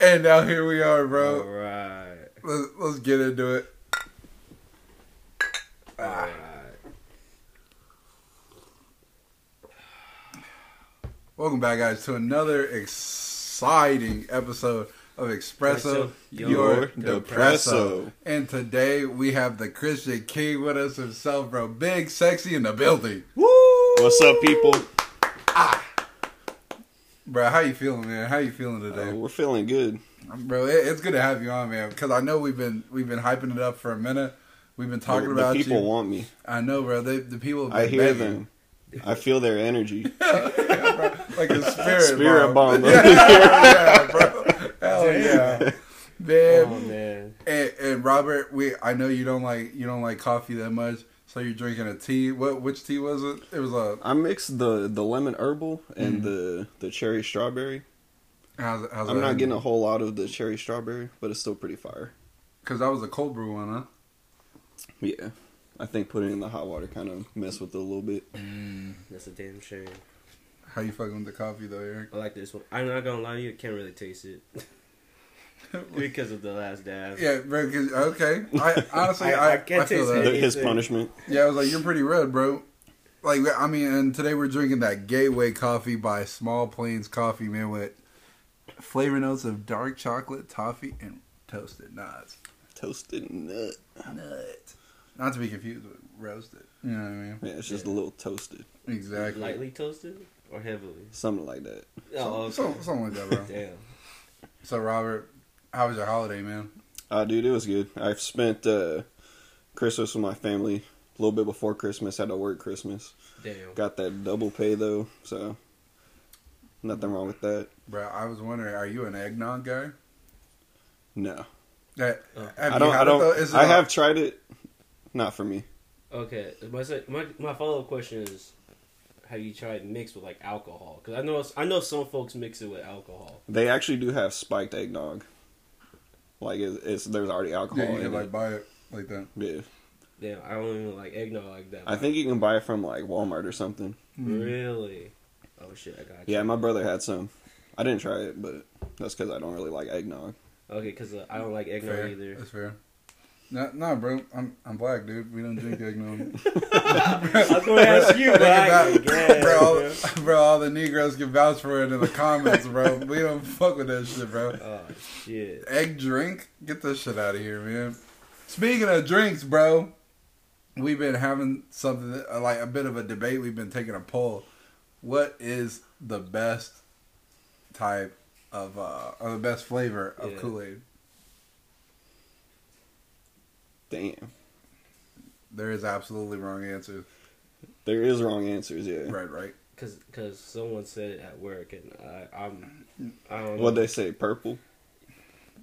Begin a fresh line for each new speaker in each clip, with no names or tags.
And now here we are, bro.
All right.
Let's, let's get into it. Ah.
All right.
Welcome back, guys, to another exciting episode of Espresso
Espresso,
Your,
your
Depresso.
depresso.
And today we have the Christian King with us himself, bro. Big, sexy in the building,
What's up, people?
bro. How you feeling, man? How you feeling
Uh,
today,
we're feeling good.
bro? It, it's good to have you on, man, because I know we've been we've been hyping it up for a minute. We've been talking
the
about
people
you.
want me.
I know, bro. They, the people. have
I
been
hear
begging.
them. I feel their energy.
like a spirit,
Spirit bomb.
yeah, bro. Hell yeah, man.
Oh man.
And, and Robert, we I know you don't like you don't like coffee that much, so you're drinking a tea. What which tea was it? It was a
I mixed the the lemon herbal
Mm-hmm.
and the the cherry strawberry.
how's, how's
I'm not getting a whole lot of the cherry strawberry, but it's still pretty fire.
because that was a cold brew one, huh?
Yeah. I think putting it in the hot water kind of mess with it a little bit.
That's a damn shame.
How you fucking with the coffee though, Eric?
I like this one. I'm not gonna lie to you, I can't really taste it because of the last dab.
yeah, bro. 'cause- okay, I honestly I,
I-
I,
I can't
feel
taste
that.
The-
it.
his
Anything.
punishment.
Yeah, I was like, you're pretty red, bro. Like I mean, and today we're drinking that Gateway Coffee by Small Plains Coffee, man, with flavor notes of dark chocolate, toffee, and toasted nuts.
Toasted nut.
Nut. Not to be confused with roasted. You know what I mean?
Yeah, it's just
Yeah.
a little toasted.
Exactly.
Lightly toasted or heavily?
Something like that.
Oh,
So,
okay.
so, something like that, bro.
damn.
so, Robert, how was your holiday, man?
Uh, dude, it was good. I spent uh, Christmas with my family. A little bit before Christmas, had to work Christmas.
Damn.
Got that double pay though, so nothing wrong with that.
Bro, I was wondering, are you an eggnog guy?
No,
That,
Oh.
have
I
you
don't.
had
I
it, though? Is
don't.
it
I
a-
have tried it. Not for me.
Okay. My sec- my my follow up question is, have you tried mixed with like alcohol? Because I know I know some folks mix it with alcohol.
They actually do have spiked eggnog. Like it's, it's there's already alcohol
Yeah, you
in
can like
it.
buy it like that.
Yeah,
Damn, I don't even like eggnog like that.
I think you can buy it from like Walmart or something.
Hmm.
Really? Oh shit! I got you.
Yeah, my brother had some. I didn't try it, but that's because I don't really like eggnog.
Okay, because uh, I don't like eggnog
Fair.
either.
That's fair. No, no, bro. I'm I'm black, dude. We don't drink eggnog.
I was gonna ask you, but
Look at
I
that.
guess,
bro, all-
bro.
bro, all the Negroes can vouch for it in the comments, bro. We don't fuck with that shit, bro.
Oh shit!
egg drink. Get this shit out of here, man. Speaking of drinks, bro, we've been having something that- like a bit of a debate. We've been taking a poll. What is the best type of uh, or the best flavor of
Yeah.
Kool Aid?
Damn,
There is absolutely wrong answer.
there is wrong answers. Yeah.
Right, right.
Cause, cause someone said it at work, and I, I'm, I don't know.
What they say, purple,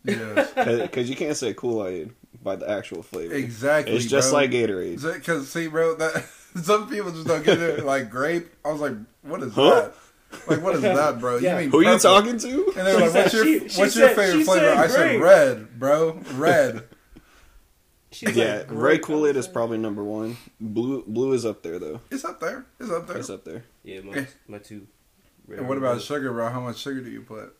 Yes,
because you can't say Kool Aid by the actual flavor.
exactly.
It's just
bro.
like Gatorade.
Because see, bro, that some people just don't get it. Like grape, I was like, "What is
Huh?
that? Like, what is that, bro?
Yeah.
Who you
purple.
talking to?
And they were
She
like, "What's
said-
your
she- she
what's your
said-
favorite
she
flavor?"
said
I said
grape.
red, bro. Red.
She's
yeah,
like,
Ray
great.
Kool Aid is probably number one. Blue Blue is up there though.
it's up there. It's up there.
It's up there.
Yeah, my, my two.
Eh. and what about sugar, bro? How much sugar do you put?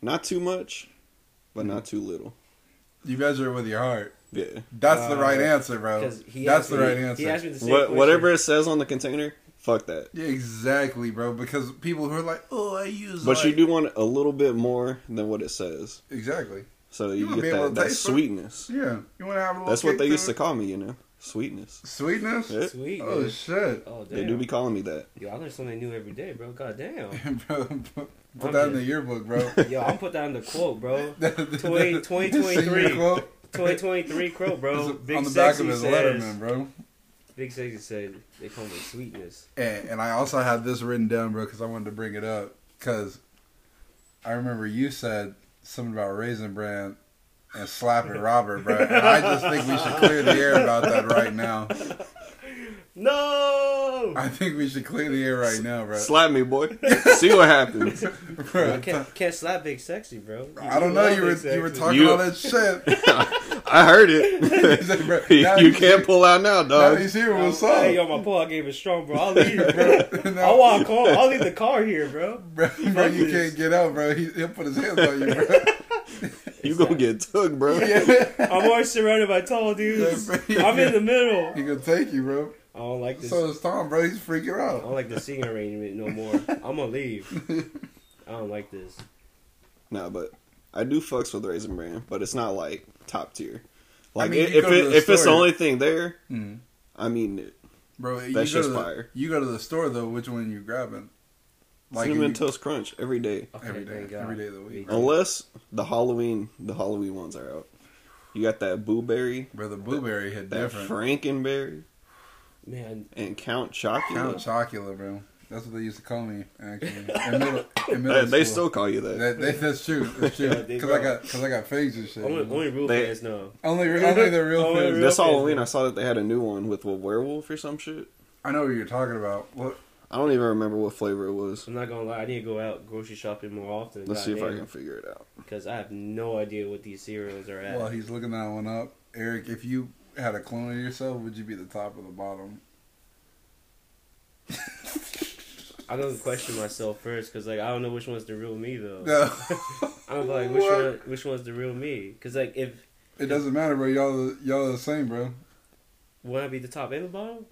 Not too much, but not too little.
You measure it with your heart.
Yeah.
That's the
Uh,
right answer, bro.
Because he
That's
asked
the
me-
right
He asked
answer.
me the same
What
question.
whatever it says on the container, fuck that.
Yeah, exactly, bro. Because people who are like, "Oh, I use,"
But
like-"
you do want a little bit more than what it says,
exactly.
so
You
you,
wanna be
get
able
that,
to
that
taste it.
sweetness.
Yeah, you want to have a little.
That's what
kick
they used to
it?
call me, you know, sweetness.
sweetness.
Yeah.
Sweet.
Oh
man.
shit,
oh
They do
damn.
be calling me that.
Yo, I learn something new every day, bro. God damn.
bro. Put
I'm
that in the
just-
yearbook, bro.
Yo, I'm put that in the quote, bro.
That- that-
20
that- senior
2023
quote
2023 quote,
is
bro. Big
on the back
sexy
of his
says.
Letterman, bro.
Big sexy said they call me sweetness.
And, and I also had this written down, bro, because I wanted to bring it up. Because I remember you said something about Raisin Bran and slapping Robert, bro. And I just think we should clear the air about that right now.
No.
I think we should clear the air right now, bro.
Slap me, boy. See what happens.
Bro,
I can't, can't slap big sexy, bro.
I don't know.
love
You were
Big
you were
Sexy.
talking
You-
all that shit.
I heard
He's like, "Bro,
it.
now
you
you
can't pull out now,
Now
dog.
he's here. What's up?
Uh, Hey, yo, my pull out game is strong, bro. I'll leave, bro. I
no,
want call. I'll leave the car here, bro.
bro, bro, you can't get out, bro. He, he'll put his hands on you, bro.
You gonna get took, bro.
yeah.
I'm always surrounded by tall dudes.
Yeah.
I'm in the middle.
He gonna take you, bro.
I don't like this.
So it's Tom, bro. He's freaking
I
out.
don't like the singing arrangement no more. I'm gonna leave. I don't like this.
No, but I do fucks with Raisin Bran, but it's not like top tier. Like
mean,
i-
you
if
go to
it,
the
if it's the
store-
only thing there,
Mm.
I mean it.
Bro, you
That's
go
just
to the,
fire.
You go to the store though. Which one you grabbing?
cinnamon
you- Oh,
toast crunch every day,
Okay,
every day,
thank God.
every day of the week,
Oh.
unless the Halloween the Halloween ones are out. You got that blueberry,
bro. The blueberry hit
that
different.
Frankenberry,
Man,
and Count Chocula.
Count Chocula, bro. That's what they used to call me actually. In middle, in middle
They- they
school.
still call you that.
That, that, that's true. That's true.
Yeah, they
Because I
grow.
got because I got fangs and shit.
only,
Only,
only real
They-
fans know.
only, only the real
Only
fans.
real-
this
fan,
Halloween,
bro.
I saw that they had a new one with a werewolf or some shit.
I know what you're talking about. What?
I don't even remember what flavor it was.
I'm not gonna lie. I need to go out grocery shopping more often.
Let's see if I can figure it out.
Because I have no idea what these cereals are at.
Well, he's looking that one up. Eric, if you had a clone of yourself, would you be the top or the bottom?
I'm gonna question myself first because like I don't know which one's the real me though.
No,
I'm like which
What?
one which one's the real me? Because like if
it doesn't matter, bro. Y'all y'all are the same, bro.
would I be the top and the bottom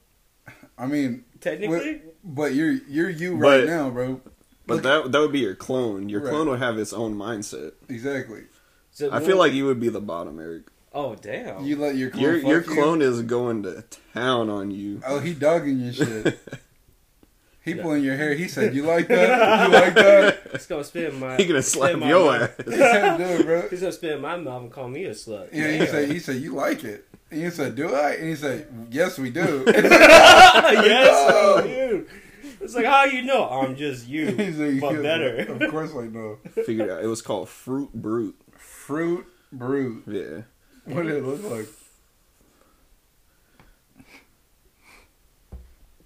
I mean,
technically?
but you're you're you right
But-
now, bro.
But that that would be your clone. Your
Right.
clone would have its own mindset.
Exactly.
So
I
the
feel
one-
like you would be the bottom, Eric.
oh damn.
You let your clone.
Your
fuck
your
you?
clone is going to town on you.
Oh, he dogging your shit. He
Yeah.
pulling your hair. He said, "You like that? You like that?"
It's gonna spin my.
He gonna
spin
slap
my
your
mouth.
He
ass.
said, "Do it, bro."
He's gonna spin my mouth and call me a slut.
Yeah, he
Damn.
said. He said, "You like it?" And you said, "Do I?" And he said, "Yes, we do."
yes, you. It's like how you know? I'm just you,
He's like,
but
"Yeah,
better.
Of course, I know.
Figured out it was called Fruit Brute.
Fruit brute.
Yeah,
What did it look like?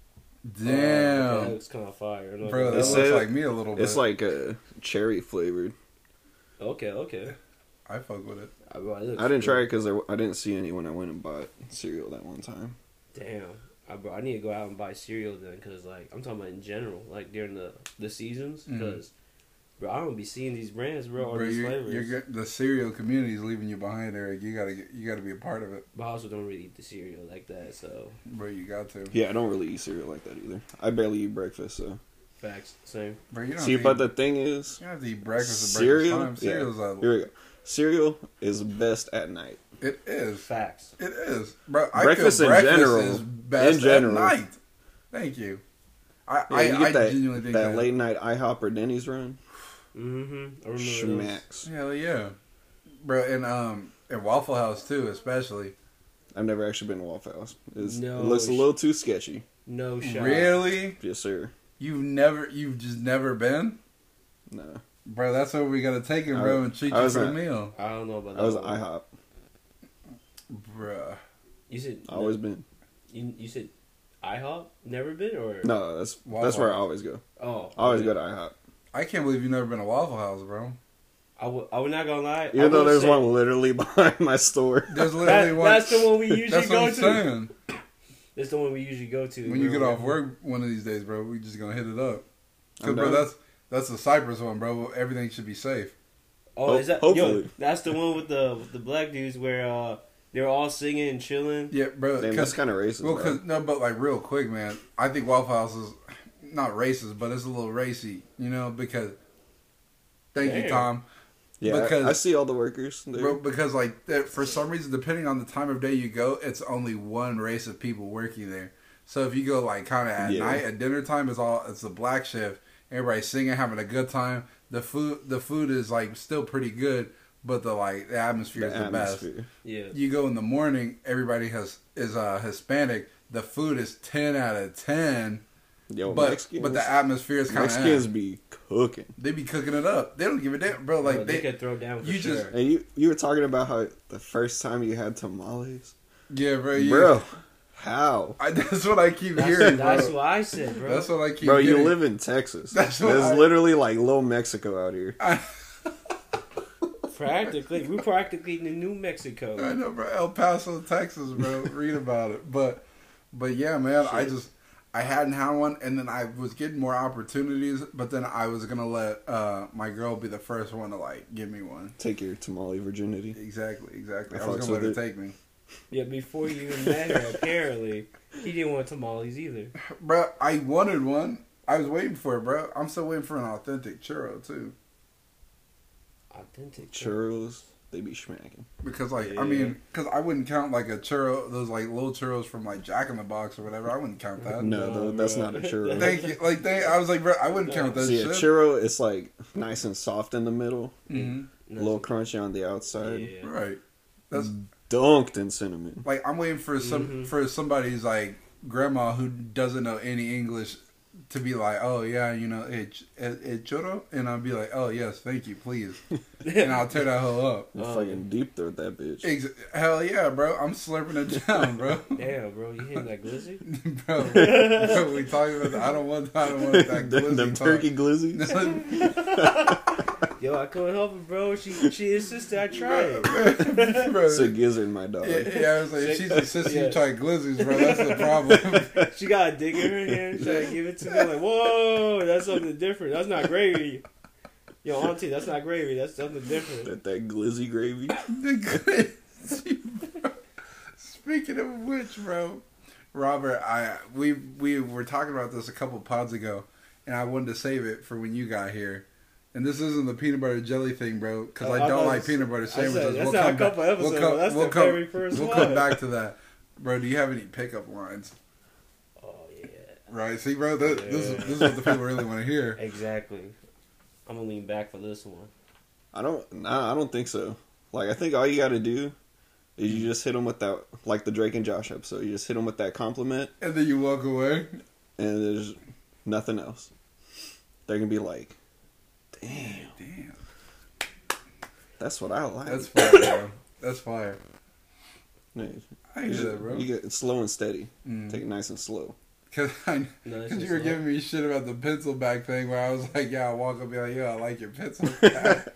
Oh, that
Damn,
looks kind of fire. I'm not
bro, that
gonna
looks
It's
lie.
a-
like me a little bit.
it's like a cherry flavored.
okay, okay.
I fuck with it.
I, bro, it looks
I didn't try it
good.
because I didn't see any when I went and bought cereal that one time.
Damn, I, bro, I need to go out and buy cereal then, because like I'm talking about in general, like during the the seasons,
Mhm.
because bro, I don't be seeing these brands, bro, or
Bro,
these
you're,
flavors.
you're get- the cereal community is leaving you behind, Eric. You gotta get, you gotta be a part of it,
But I also don't really eat the cereal like that, so
bro. You got to,
Yeah, I don't really eat cereal like that either. I barely eat breakfast. So
facts same.
bro. You don't
see,
have to
but
eat-
the thing is,
you don't have to eat breakfast at breakfast
cereal.
time. Cereal's
yeah.
a-
Here we go. Cereal is best at night.
it is,
Facts.
it is, bro. I
Breakfast
feel
in
breakfast
general-
is best
in general.
at night. Thank you. I,
Yeah,
I,
you
I
get that,
genuinely think
that late night IHOP or Denny's run.
Mm-hmm. I remember those.
Schmacks.
Hell yeah, bro. And um, and Waffle House too, especially.
I've never actually been to Waffle House. It's,
No
it looks a
sh-
little too sketchy.
No shot.
Really,
Yes, sir.
you've never, you've just never been,
No,
bro. That's where we gotta take it,
I-
bro, and treat
I
you
was
for a
at-
meal,
I don't know about that.
I was an
one.
IHOP.
bro.
You said
I always been.
You, you said IHOP? Never been or
No, that's
Waffle
that's where I
House.
always go.
Oh,
I always go to IHOP.
I can't believe you've never been to Waffle House, bro.
I would. I would not gonna lie. I
Even though
would
there's
say
one literally behind my store.
There's literally
That,
one.
That's the one we usually
that's what
go
I'm
to.
saying.
That's the one we usually go to.
When you
bro.
get off work one of these days, bro, we just gonna hit it up. 'Cause,
I'm
bro,
down.
that's that's the Cypress one, bro. Everything should be safe.
Oh,
Ho-
is that yo?
hopefully.
That's the one with the with the black dudes where uh they're all singing and chilling.
Yeah, bro.
Damn,
'cause-
that's kind of racist.
Well,
bro.
cause, no, but like real quick, man. I think Waffle House is not racist, but it's a little racy, you know, because. Thank you,
Damn.
Tom.
yeah,
because-
I, I see all the workers. There.
Bro, because like that, for some reason, depending on the time of day you go, it's only one race of people working there. So if you go like kind of at
Yeah.
night at dinner time, it's all it's the black shift. Everybody's singing, having a good time. The food, the food is like still pretty good, but the like the atmosphere is
the
the
atmosphere.
Yeah.
best. You go in the morning, everybody has is uh, Hispanic. The food is ten out of ten.
Yo,
but
Mexicans,
but the atmosphere is kind
Mexicans
of
be cooking.
they be cooking it up. They don't give a damn, bro. Like
Bro, they,
they,
could throw down. For
you
sure.
just-
And you you were talking about how the first time you had tamales,
yeah, bro. You,
bro. How,
I, that's what I keep
That's,
hearing, bro.
that's what I said, bro.
That's what I keep.
bro? You
getting.
live in Texas.
That's
That's
what I-
literally like little Mexico out here.
Practically, we practically in New
I
Mexico.
know, bro. El Paso, Texas, bro. Read about it, but, but yeah, man. I
Shit.
just I hadn't had one, and then I was getting more opportunities, but then I was gonna let uh, my girl be the first one to like give me one.
Take your tamale virginity.
Exactly, exactly.
I
I, was
fucks
gonna let her
with
take me,
Yeah, before you met her, apparently he didn't want tamales either.
bro. I wanted one. I was waiting for it, bro. I'm still waiting for an authentic churro too,
Authentic
Churros, they be smacking.
because like
Yeah.
I mean, because I wouldn't count like a churro, those like little churros from like Jack in the Box or whatever. I wouldn't count that.
No,
no,
tho- that's
bro.
not a churro.
Thank you. Like they, I was like, bro, I wouldn't
No.
count that
See, a
shit.
churro, it's like nice and soft in the middle,
hmm
a little crunchy on the outside,
Yeah.
Right. That's
Mm-hmm. dunked in cinnamon.
like I'm waiting for some
Mhm.
for somebody's like grandma who doesn't know any English to be like, oh yeah, you know, it it, it churro, and I'll be like, oh yes, thank you, please, and I'll tear that hoe up.
You
Um,
fucking deep throat that bitch.
Ex- hell yeah, bro, I'm slurping it down, bro.
Damn, bro, you hitting that glizzy?
bro, bro, we talking about that. I don't want I don't want that
Them- them
glizzy
turkey glizzies.
talk.
Yo, I couldn't help it, bro. She she insisted I try it.
bro,
it's a gizzard, my dog.
yeah, yeah, I was like, she's insisting
Yeah.
you try glizzies, bro. That's the problem.
She got a dick in her hand, trying to give it to me. I'm like, whoa, that's something different. That's not gravy. Yo, auntie, that's not gravy. That's something different.
That that glizzy gravy.
The glitzy, bro. Speaking of which, bro, Robert, I we we were talking about this a couple pods ago, and I wanted to save it for when you got here. And this isn't the peanut butter jelly thing, bro, because
Oh,
I
I
don't
thought
like
it's-
peanut butter
I said,
sandwiches.
that's not a couple
back-
episodes, but that's the very first
we'll
one.
come back to that, bro. Do you have any pickup lines?
Oh yeah,
Right, see, bro, that, this is
Yeah.
this is what the people really want to hear.
exactly. I'm gonna lean back for this one.
I don't. Nah, I don't think so. Like I think all you got to do is you just hit them with that, like the Drake and Josh episode. You just hit them with that compliment,
And then you walk away.
and there's nothing else. They're gonna be like, "Damn,
Damn,
that's what I like."
that's fire, bro. That's fire.
Yeah,
I
you
hear
just-
that, bro.
You get it's slow and steady.
Mm.
Take it nice and slow.
Because I,
No,
cause
that's
you
just
were
not-
giving me shit about the pencil back thing where I was like, yeah, I walk up and be like, yo, I like your pencil back.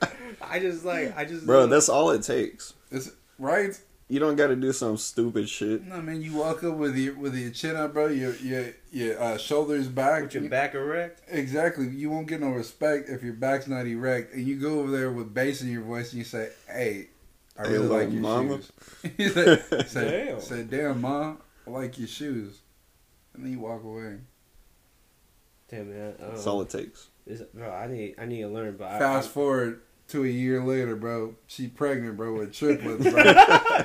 I just like, I just
Bro, that's all it takes.
it's, right?
You don't got to do some stupid shit.
No, man, you walk up with your, with your chin up, bro, your, your, your uh, shoulders back.
with your back erect.
Exactly. You won't get no respect if your back's not erect. And you go over there with bass in your voice and you say, hey, I
Hey,
really
little
like your
mama.
shoes. you say, say,
Damn.
say, damn, ma, I like your shoes. And then you walk away.
Damn man, I um, don't
That's
know.
all it takes.
This- bro, I need, I need to learn, but I-
Fast
I,
forward to a year later, bro. She pregnant, bro, with triplets, bro.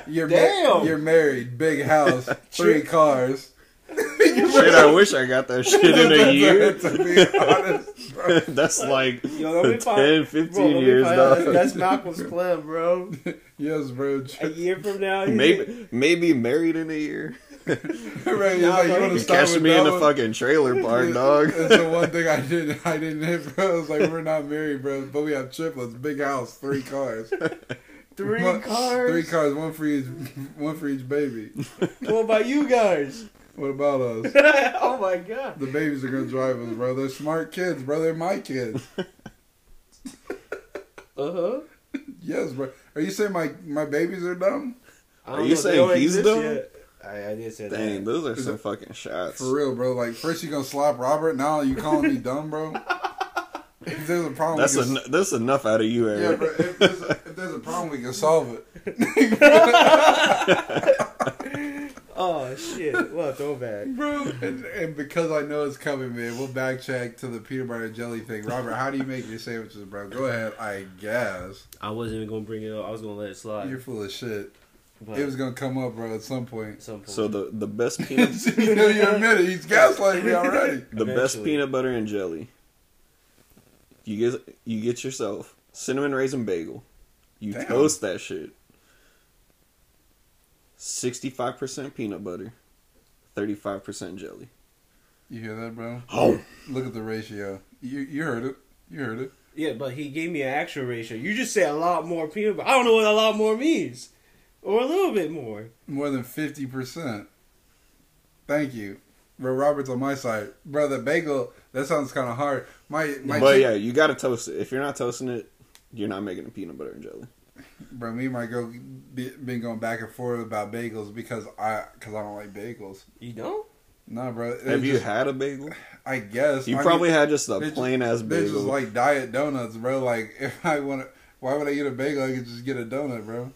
you're ma-
Damn.
you're married, big house, three cars.
shit, I wish I got that shit in a year.
to be honest, bro.
that's like
Yo, let me find- Bro,
10,
let
15
me
years,
find out.
dog.
That's Malcolm's plan, bro.
Yes, bro.
A year from now, he's-
Maybe maybe married in a year.
right, it's like, you want
You
to start
catch
with
me in
that
the
one?
fucking trailer park,
That's
dog.
the one thing I didn't I didn't hit, bro. I was like, we're not married, bro, but we have triplets, big house, three cars,
three
One-
cars.
three cars, one for each, one for each baby.
What about you guys?
What about us?
oh my god.
The babies are gonna drive us, bro. They're smart kids, bro. They're my kids.
Uh huh.
Yes, bro. Are you saying my my babies are dumb?
Are you saying he's dumb?
I, I did say
Dang,
that.
those are some fucking shots.
For real, bro. Like first you gonna slap Robert, now you calling me dumb, bro. If there's a problem,
That's
we can,
en- that's enough out of you,
yeah,
Eric.
bro. If there's, a, if there's a problem, we can solve it.
Oh shit! What a throwback.
Bro, and, and because I know it's coming, man, we'll back check to the peanut butter and jelly thing. Robert, how do you make your sandwiches, bro? Go ahead, I guess.
I wasn't even gonna bring it up. I was gonna let it slide.
You're full of shit.
but
It was gonna come up, bro, at some point.
at some point.
So the the best
you
peanut
admit it. He's gaslighting me already.
the best
Eventually.
peanut butter and jelly. You get you get yourself cinnamon raisin bagel. You
Damn.
toast that shit. Sixty five percent peanut butter, thirty five percent jelly.
You hear that, bro?
Home.
Look at the ratio. You you heard it. You heard it.
yeah, but he gave me an actual ratio. You just said a lot more peanut butter. I don't know what a lot more means, or a little bit more.
More than fifty percent. Thank you, bro. Robert's on my side, brother. Bagel. That sounds kind of hard. My my.
but
chick-
yeah, you gotta toast it. If you're not toasting it, you're not making a peanut butter and jelly.
bro, me and my girl be, been going back and forth about bagels because I because I don't like bagels.
You don't?
No, bro. they're
Have you
just-
had a bagel?
I guess
You
I
probably
mean,
had just a
they're ju-
plain ass
They're
bagel.
just like diet donuts, bro. Like if I want to, why would I get a bagel? I could just get a donut, bro.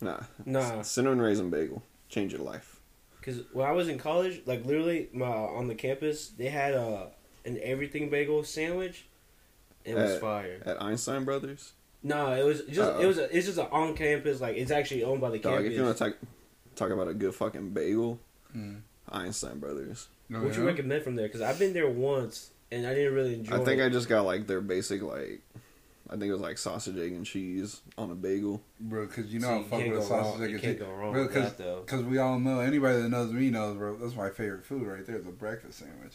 nah,
Nah.
cinnamon raisin bagel. Change your life.
Cause when I was in college, like literally, my on the campus, they had a an everything bagel sandwich. It was
Uh,
fire.
At Einstein Brothers,
No, it was just
Uh-oh.
it was a, it's just an on campus like it's actually owned by the
dog.
campus.
If you want to talk talk about a good fucking bagel,
Mm.
Einstein Brothers.
No,
Hmm. what you recommend from there? Because I've been there once and I didn't really enjoy.
I think I
it.
just got like their basic like, I think it was like sausage, egg, and cheese on a bagel.
bro? Because you
So
know
you
I fuck
can't
with a
go wrong-
sausage.
you
egg, and
can't
cheese.
go wrong
Bro,
with
cause,
that, though.
Because we all know anybody that knows me knows, bro. That's my favorite food right there, the breakfast sandwich.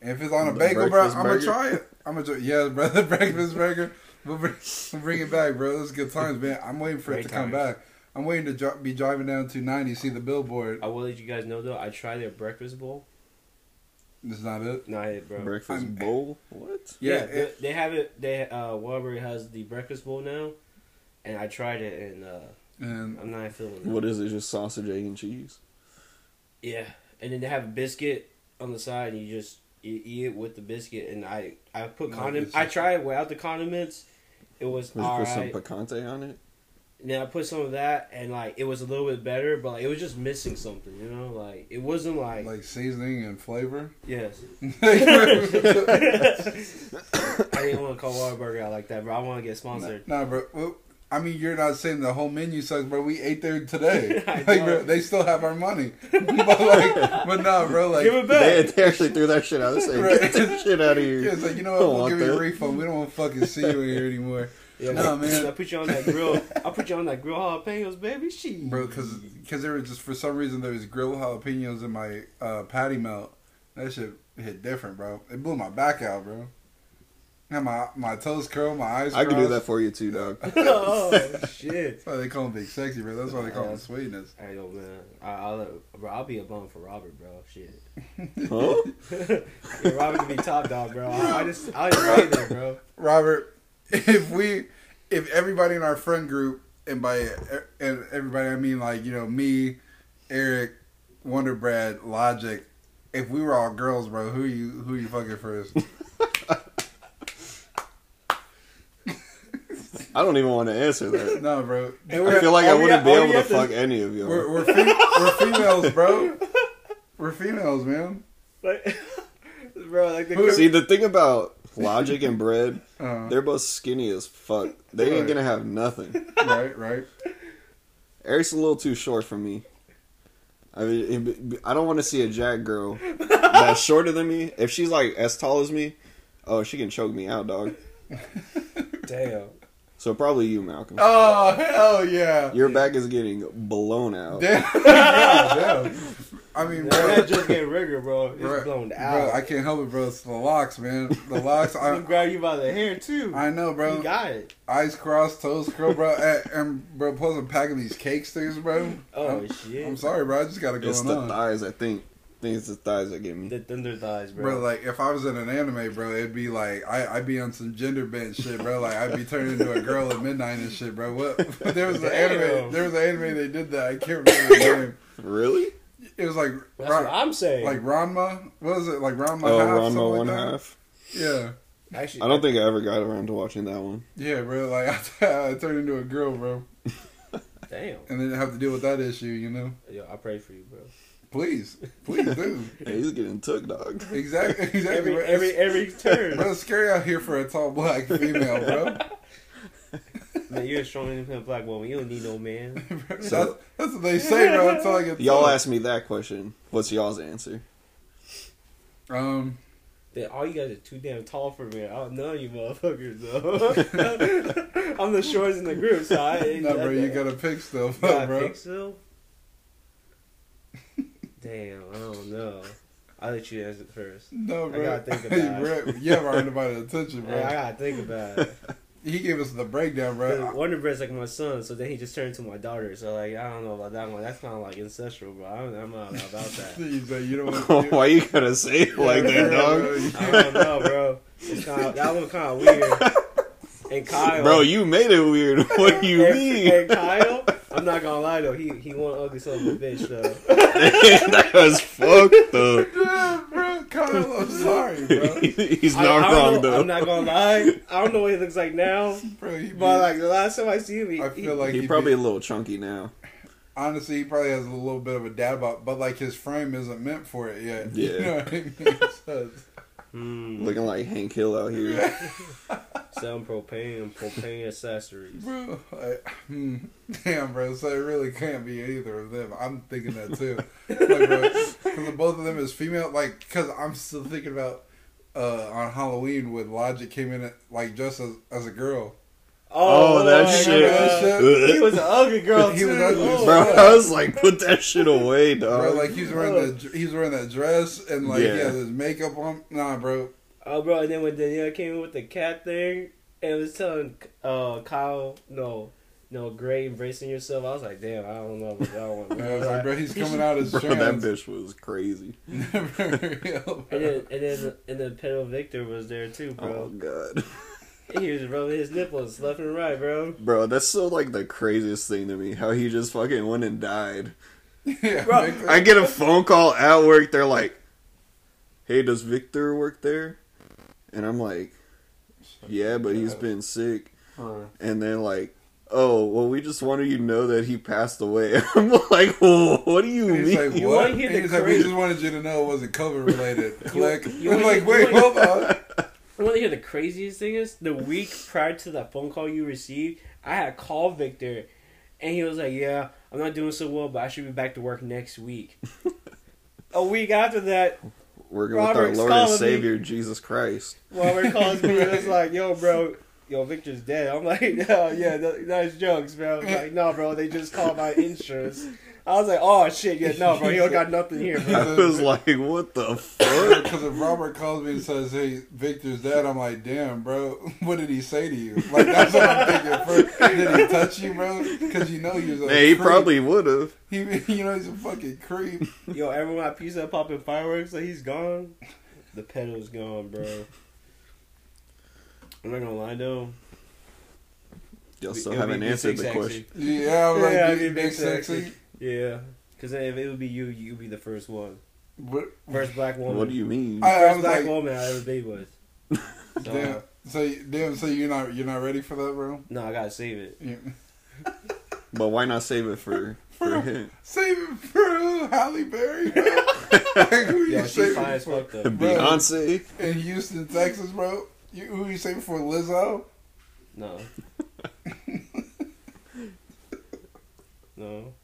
And if it's on a
The
bagel, bro, I'm
breakfast
gonna
burger?
try it. I'm gonna, try, yeah, bro, the breakfast burger. We'll bring, we'll bring it back, bro. Those good times, man. I'm waiting for it
Great
to come
times.
back. I'm waiting to dri- be driving down 290, see the billboard.
I will let you guys know though. I tried their breakfast bowl.
It's not it.
Not it, bro.
Breakfast
I'm-
bowl. What?
yeah,
Yeah,
they,
it-
they have it. They uh, Waterbury has the breakfast bowl now, and I tried it and uh,
and
I'm not feeling it.
What is it? Just sausage, egg, and cheese.
Yeah, and then they have a biscuit on the side, and you just eat, eat it with the biscuit. And I, I put
No,
condiments.
it's
I
just-
tried it without the condiments. It was
Would you put some
alright.
picante on it?
And then I put some of that, and like it was a little bit better, but like, it was just missing something, you know. Like it wasn't like,
like seasoning and flavor.
yes.
nah,
I didn't want to call Waterburger out like that, bro. I want to get sponsored.
nah, bro. Well, I mean, you're not saying the whole menu sucks, bro. We ate there today.
I
like, bro,
know.
they still have our money. but like, but nah, bro. Like,
Give it
They,
back.
they actually threw that shit out. They said,
Right.
"Get that shit out of here."
Yeah, it's like you know
Don't
what? We'll
want
give you a
that.
refund. We don't want to fucking see you in here anymore,
Yeah,
Nah,
like,
man.
I put you on that grill. I put you on that grill jalapenos, baby. She,
bro. Because there was just for some reason there was grilled jalapenos in my uh, patty melt. That shit hit different, bro. It blew my back out, bro. Now my my toes curl, my eyes.
I could do
crossed.
that for you too, dog.
oh shit.
That's why they call him Big Sexy, bro. That's why they call him Sweetness.
Hey, yo, man. I, I'll, bro, I'll be a bum for Robert, bro. Shit.
Huh?
Yeah, Robert could be top dog, bro. I, I just, I just say that, bro.
Robert, if we, if everybody in our friend group, and by e- and everybody I mean like you know me, Eric, Wonder Brad, Logic, if we were all girls, bro, who you who you fucking first?
I don't even want to answer that.
no, bro,
I feel like I
all we
wouldn't
ha-
be
all we
able to
have to-
fuck any of you.
we're we're, fe- we're females, bro. We're females, man.
Like, bro, like the
Who-
See, the thing about Logic and Bread,
Uh,
they're both skinny as fuck. They ain't gonna have nothing.
right, right.
Eric's a little too short for me. I mean, it'd be- I don't want to see a jack girl that's shorter than me. If she's like as tall as me, oh, she can choke me out, dog.
damn.
So probably you, Malcolm.
Oh hell yeah!
Your back is getting blown out.
Damn, yeah, damn. I mean, bro.
That just getting rigor, bro. It's
Bro,
blown
bro,
out.
I can't help it, bro. It's the locks, man. The locks.
I'm
I,
grab you by the hair too.
I know, bro.
You got it.
Eyes crossed, toes curled, bro. and, and bro, plus I'm packing these cakes things, bro.
Oh
I'm,
shit.
I'm sorry, bro. I just got to go
It's
on.
the thighs, I think. I think it's the thighs that get me.
The thunder thighs, bro.
Bro, like if I was in an anime, bro, it'd be like I, I'd be on some gender bent shit, bro. Like I'd be turning into a girl at midnight and shit, bro. What? There was an anime.
Damn.
There was an anime they did that. I can't remember the name.
Really?
It was like
That's
Ra-
what I'm saying.
like Ranma. What was it? Like Ranma
oh,
half. something
Ranma
like
one
that?
half.
Yeah,
Actually,
I don't think I ever got around to watching that one.
yeah, bro. Like I, I turned into a girl, bro,
Damn.
and then have to deal with that issue, you know.
Yo, I pray for you, bro.
Please, please do.
Hey, he's getting took, dog.
Exactly. Exactly.
Every
bro.
every every turn.
bro, it's scary out here for a tall black female, bro.
man, you're a strong independent black woman. You don't need no man.
that's, that's what they say, bro. Until I get
Y'all
told.
asked me that question. What's y'all's answer?
Um,
Then all you guys are too damn tall for me. I don't know you motherfuckers though. I'm the shortest in the group, so I ain't
no, bro,
I-
you got to pick still,
You got
bro.
pixel? Damn, I don't know. I'll let you answer first.
No,
I
bro.
gotta think about it.
Bro, you haven't earned anybody's attention,
Hey, I
bro.
gotta think about it.
He gave us the breakdown,
'Cause
bro.
Wonder Bread's like my son, so then he just turned to my daughter. So like, I don't know about that one. That's kind of like ancestral, bro. I don't, I'm not about that.
You say you don't want to.
Why you gotta say it like that,
Oh, Yeah, bro, you-
I
dog?
don't know, bro. It's kinda, that one kind of weird. and Kyle.
Bro, you made it weird. What do you
and,
mean?
and Kyle, I'm not gonna lie though, he he won ugly son of a bitch though.
that was fucked up.
Yeah, bro, Kyle, I'm sorry, bro.
He's
I-
not
I don't
wrong
know-
though.
I'm not gonna lie. I don't know what he looks like now,
Bro, you
but like the last time I see him, he,
I feel like
He
he probably
probably a little chunky now.
honestly he probably has a little bit of a dad bod, but like his frame isn't meant for it yet.
Yeah.
You know what I mean? So,
Mm,
Looking like Hank Hill out here.
selling propane and propane accessories.
bro, I, hmm, damn, bro. So it really can't be either of them. I'm thinking that too. like, bro, 'cause if both of them is female. Like, because I'm still thinking about uh, on Halloween when Logic came in like just as, as a girl.
Oh, that
my
shit.
God. He was an ugly girl
He
too.
was ugly as
Oh,
Bro, I was like, put that shit away, dog.
Bro, like he was wearing the he was wearing that dress and like
Oh, Yeah.
he had his makeup on. Nah, bro.
Oh, bro, and then when Danielle came in with the cat thing and was telling uh, Kyle, no, no, great, embracing yourself, I was like, damn, I don't know about that one.
I was like, bro, he's coming out as
Bro, that
trans.
bitch was crazy.
And then, and then, and then, Pedro Victor was there too,
Oh
bro.
god,
Oh.
He was rubbing his nipples left and right, bro.
bro, that's so like the craziest thing to me. How he just fucking went and died.
yeah,
Bro,
Victor-
I get a phone call at work. They're like, "Hey, does Victor work there?" And I'm like, "Yeah, but he's been sick."
Bro.
And then like, "Oh, well, we just wanted you to know that he passed away." I'm like, "Whoa, "What do you
He's
mean?"
like,
You
what?
wanna hear the
he's like, we
crazy-
just wanted you to know it wasn't COVID related. Click.
you
I'm
wanna-
like,
you
wait,
wanna-
hold on.
You want to hear the craziest thing is the week prior to that phone call you received, I had called Victor, and he was like, "Yeah, I'm not doing so well, but I should be back to work next week." A week after that,
Working
Robert
with our Lord and
Scallop,
Savior Jesus Christ.
Robert calls me and it's like, yo, bro, yo, Victor's dead. I'm like, no, yeah, th- nice jokes, bro. He's like, no, bro, they just called my insurance. I was like, oh, shit, yeah, no, bro, you don't got nothing here, bro.
I was like, "What the fuck?"
Because if Robert calls me and says, "Hey, Victor's dad," I'm like, "Damn, bro, what did he say to you?" Like that's what I'm thinking. First. Did he touch you, bro? Because you know he was a
Hey, he
creep.
probably would have.
he, you know he's a fucking creep.
Yo, everyone at Pizza Hut popping fireworks, like, he's gone. The pedal's gone, bro. I'm not gonna lie, though.
Y'all
It'll
still
be
haven't
big
answered
six,
the
actually.
question.
Yeah, I'm like,
Yeah, I
"Big-
mean,
big
big sexy."
sexy.
Yeah. Because if it would be you, you'd be the first one.
What?
First black woman.
What do you mean?
I, I
First
was
black
like,
woman I ever be with. So,
damn. So, you- damn. So you're not you're not ready for that, bro?
No, I gotta save it.
Yeah.
But why not save it for for him?
Save it for who? Halle Berry, bro. like, who you
Yo, she's
saving
fine as
for?
fuck, though.
Beyonce.
In Houston, Texas, bro. You, who you saving for? Lizzo.
No. no.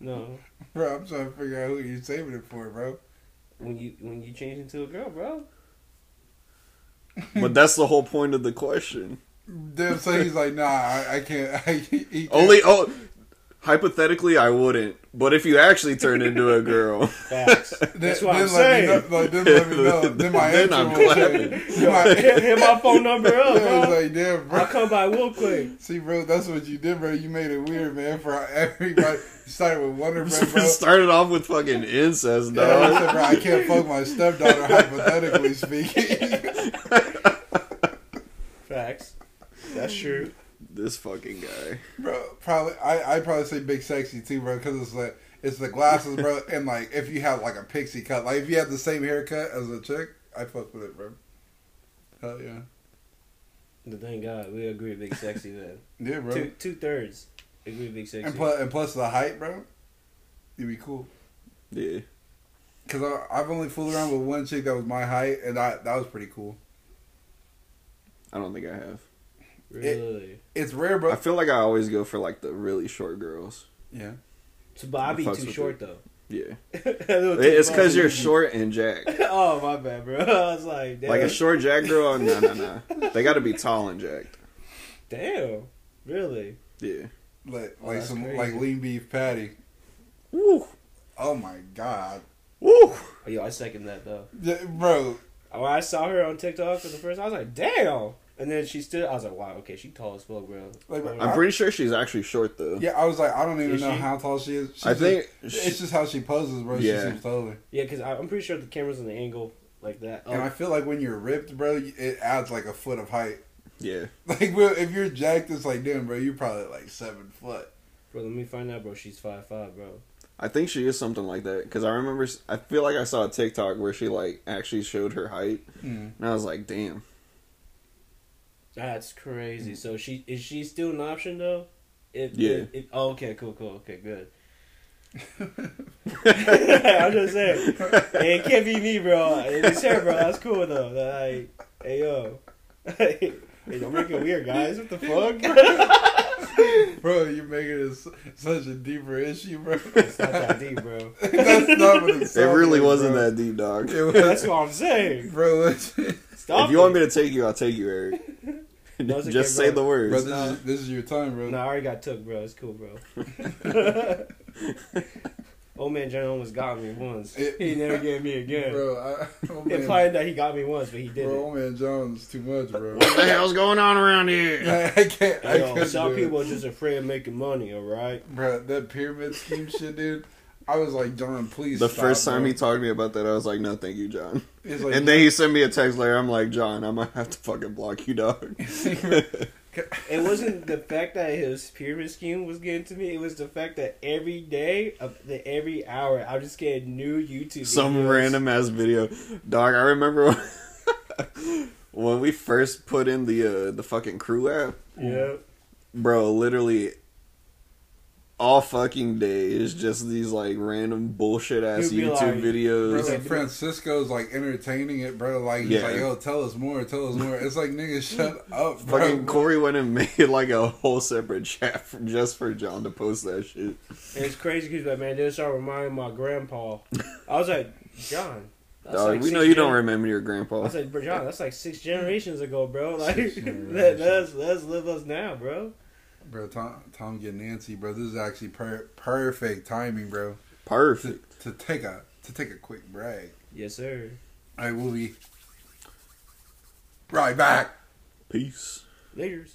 No.
Bro, I'm trying to figure out who you saving it for, bro.
When you when you change into a girl, bro.
But that's the whole point of the question.
Damn. So he's like, nah, I, I can't. I, he can't.
Only oh, hypothetically, I wouldn't. But if you actually turn into a girl,
Facts.
Then,
That's what
then
I'm
let me
saying.
know- like, then let me know. Then my
Then
answer
I'm
will
clapping.
change.
Yo,
My,
hit, hit my phone number up,
Yeah, it's
bro.
like, damn, bro.
I'll come by real quick.
See, bro, that's what you did, bro. You made it weird, man, for everybody. You started with Wonder Bread, bro.
started off with fucking incest,
Yeah, I
dog.
said, bro, I can't fuck my stepdaughter, hypothetically speaking.
Facts. That's true.
This fucking guy.
bro, probably, I, I probably say big sexy too, bro, because it's like, it's the glasses, bro, and like, if you have like a pixie cut, like, if you have the same haircut as a chick, I fuck with it, bro. Hell yeah.
But thank God we agree, big sexy then.
Yeah, bro.
Two two thirds agree, big sexy.
And, plus, and plus the height, bro, you'd be cool.
Yeah,
Cause I, I've only fooled around with one chick that was my height, and I, that was pretty cool.
I don't think I have.
really.
It's rare,
I
bro.
feel like I always go for like the really short girls.
Yeah,
So, but I be
Fucks
too
with
short though.
Yeah, it's
it's
because you're short and jack.
Oh my bad, bro. I was like, damn.
Like a short jack girl, no, no, no. They got to be tall and jacked.
damn. Really.
Yeah.
like
Oh,
like
that's
some
crazy.
like lean beef patty.
Woo,
Oh my god,
woo.
Oh, Yo, I second that though. Oh,
yeah, bro.
When I saw her on TikTok for the first time, I was like, damn. And then she stood, I was like, wow, okay, she tall as fuck, bro.
Like,
Like,
I'm pretty sure she's actually short though.
Yeah, I was like, I don't even
Is
know
she-
how tall she is. She's
I think
just, it's just how she poses, bro.
Yeah.
She seems taller,
yeah, because I'm pretty sure the camera's on the angle like that.
and I
Oh,
feel like when you're ripped, bro, it adds like a foot of height.
Yeah.
Like, bro, if you're jacked, it's like, damn, bro, you're probably like seven foot.
Bro, let me find out, bro. She's five five, bro.
I think she is something like that because I remember. s- I feel like I saw a TikTok where she like actually showed her height, and I was like, "Damn,
That's crazy. So she is she still an option though? If,
Yeah.
If, if- oh, okay. Cool. Cool. Okay. Good. I'm just saying. Hey, it can't be me, bro. It's her, bro. That's cool though. Like, hey yo, hey, don't make it weird, guys. What the fuck?
Bro, you're making it s- such a deeper issue, bro.
it's not that deep, bro.
That's not what it
it really wasn't
bro.
that deep, dog."
It was,
That's what I'm saying.
bro, what-
Stop.
if you want
it.
me to take you, I'll take you, Eric.
No, it's okay,
Just
bro.
say the
bro
words.
this, is, this is your time, bro.
No, I already got took, bro. It's cool, bro. Old man John almost got me once.
It-
he never gave me again.
Bro, I, oh, man,
Implying that he got me once, but he didn't.
bro, oh, man, John's too much, bro.
the hell's going on around here?
I, I can't. I
Yo,
couldn't
some
do it.
people are just afraid of making money, all right?
Bro, that pyramid scheme shit, dude. I was like, John, please.
The
stop,
first time
bro.
he talked to me about that, I was like, "No, thank you, John."
He's like,
and then he sent me a text later. I'm like, "John, I might have to fucking block you, dog."
It wasn't the fact that his pyramid scheme was getting to me. It was the fact that every day of the every hour, I was just getting new YouTube.
some
videos.
random ass video. Dog, I remember when- when we first put in the uh, the fucking crew app,
Yeah.
bro. Literally, all fucking day is just these like random bullshit ass
You'd be
YouTube
like,
Bro,
videos.
like, Francisco's like entertaining it, bro. Like he's
Yeah.
like, "Yo, tell us more, tell us more." It's like, nigga, shut up, bro.
Fucking Corey went and made like a whole separate chat for, just for John to post that shit.
And it's crazy because, like, man, this started reminding my grandpa. I was like, John. that's
Dog,
like
we
six
know you don't
gen-
remember your
I
grandpa.
was like, bro, John, that's like six generations ago, bro. Like,
Six
let,
generations.
let's, let's live us now, bro.
bro, Tom, Tom getting Nancy, bro. This is actually per- perfect timing, bro. To,
Perfect.
to take a to take a quick break.
Yes, sir.
I will be right back.
Peace.
Laters.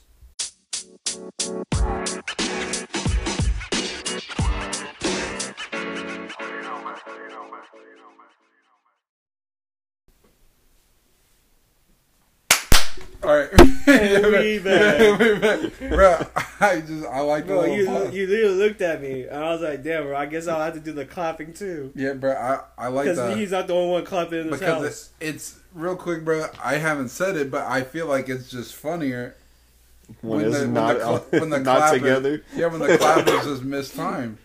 All right,
we back.
We back. bro. I just I like the
Bro,
little
you,
pause.
you literally looked at me, and I was like, damn, bro, I guess I'll have to do the clapping too.
yeah, bro. I I like
Because
that.
he's not the only one clapping in this
because
house.
it, it's real quick, bro. I haven't said it, but I feel like it's just funnier
When,
When
it's
the- when
not,
the cla- when the
not
clapping-
together.
Yeah, when the clap was just missed time.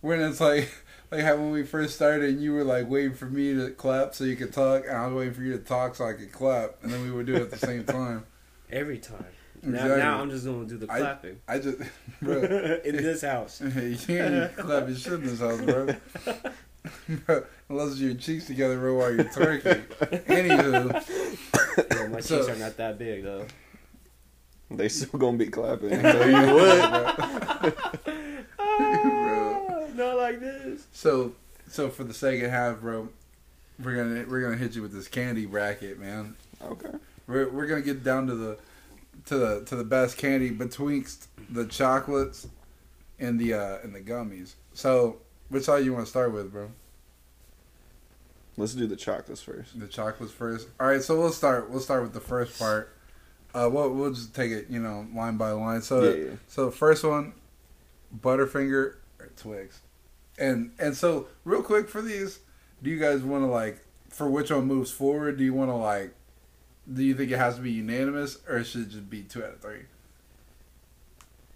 When it's like like how when we first started and you were like waiting for me to clap so you could talk and I was waiting for you to talk so I could clap and then we would do it at the same time.
Every time. Now,
Exactly.
now I'm just going to do the
I-
clapping.
I just bro
in this house.
you ain't clapping shit in this house, bro. bro. Unless your cheeks together, bro, while you're twerking. Anywho,
Bro, my
So-
cheeks are not that big, though.
They still gonna be clapping. I tell you what.
Ah, not like this.
so so for the second half, bro, we're gonna we're gonna hit you with this candy bracket, man.
Okay.
We're we're gonna get down to the to the to the best candy betwixt the chocolates and the uh and the gummies. So which side you want to start with, bro?
Let's do the chocolates first.
The chocolates first. All right, so we'll start we'll start with the first part. Uh, we'll we'll just take it you know line by line. So
Yeah, yeah.
so first one, Butterfinger or Twix, and and so real quick for these, do you guys want to like for which one moves forward? Do you want to like, do you think it has to be unanimous or it should just be two out of three?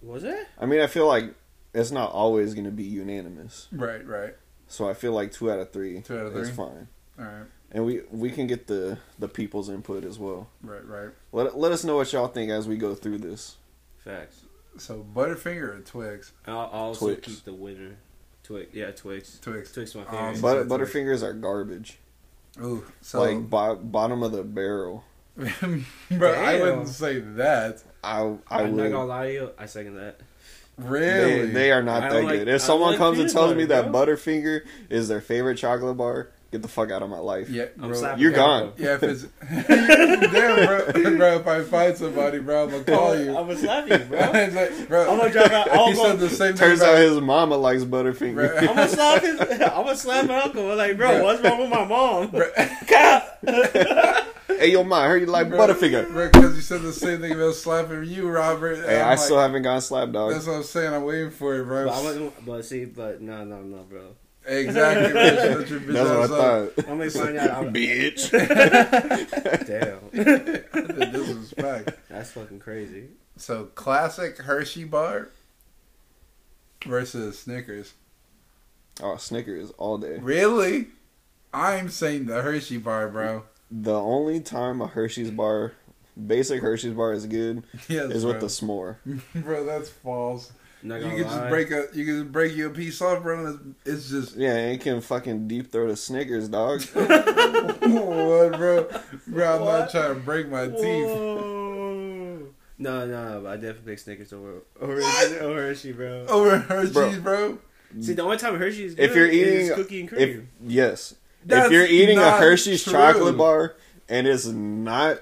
Was it?
I mean, I feel like it's not always going to be unanimous.
Right, right.
So I feel like two out of three,
Two out of
is
three.
fine.
All right,
And we we can get the the people's input as well.
right, right.
Let let us know what y'all think as we go through this.
Facts.
So Butterfinger or Twix?
I'll, I'll also
Twix.
keep the winner. Twix. Yeah, Twix.
Twix.
Twix my
Um,
favorite.
It's
But
two out of three.
butterfingers are garbage.
Ooh, so
like bo- bottom of the barrel.
bro, I
Damn.
wouldn't say that.
I I
I'm not
would.
gonna lie to you. I second that.
Really,
They, they are not
I
that
don't like-
good.
I
If someone
like
comes and
peanut
tells me
butter,
that Butterfinger is their favorite chocolate bar, get the fuck out of my life.
yeah,
I'm
bro.
slapping
You're
that,
gone.
Yeah, if it's damn, bro, bro. If I find somebody, bro, I'm gonna
bro.
call you.
I was laughing, bro. I'm
It's like, bro,
gonna drive out. I'm
he said
gonna,
the same thing.
Turns
about-
out his mama likes Butterfinger.
I'm gonna slap his. I'm gonna slap my uncle. I'm like, bro,
Bro.
what's wrong with my mom?
Bro.
Cop.
Hey, yo, ma, I heard you like Butterfinger.
Because you said the same thing about slapping you, Robert.
Hey, I still
have.
haven't gotten slapped, dog.
That's what I'm saying. I'm waiting for it,
But
bro.
I wasn't. But see, but no, no, no, bro.
exactly. bitch, shut your bitch
That's what
ass
I
up.
thought.
I'm gonna find out. I'm,
Bitch.
damn,
this is fact.
that's fucking crazy.
So classic Hershey bar versus Snickers.
Oh, Snickers all day.
Really? I'm saying the Hershey bar, bro.
The only time a Hershey's bar, basic Hershey's bar, is good
Yes,
is
bro.
with the s'more.
bro, that's false.
I'm not
You
gonna
can
lie.
just break a you can just break you a piece off, bro. And it's, it's just
Yeah, and it can fucking deep throat a Snickers, dog.
what, bro? Bro, I'm
What?
not trying to break my teeth.
Whoa. No, no, but I definitely pick Snickers over over Hershey, over Hershey, bro.
Over Hershey's, bro.
See, the only time Hershey is good
Oh. If you're
is
eating-
cookie and
If
cream.
yes,
That's
if you're eating a
not
Hershey's
true.
chocolate bar and it's not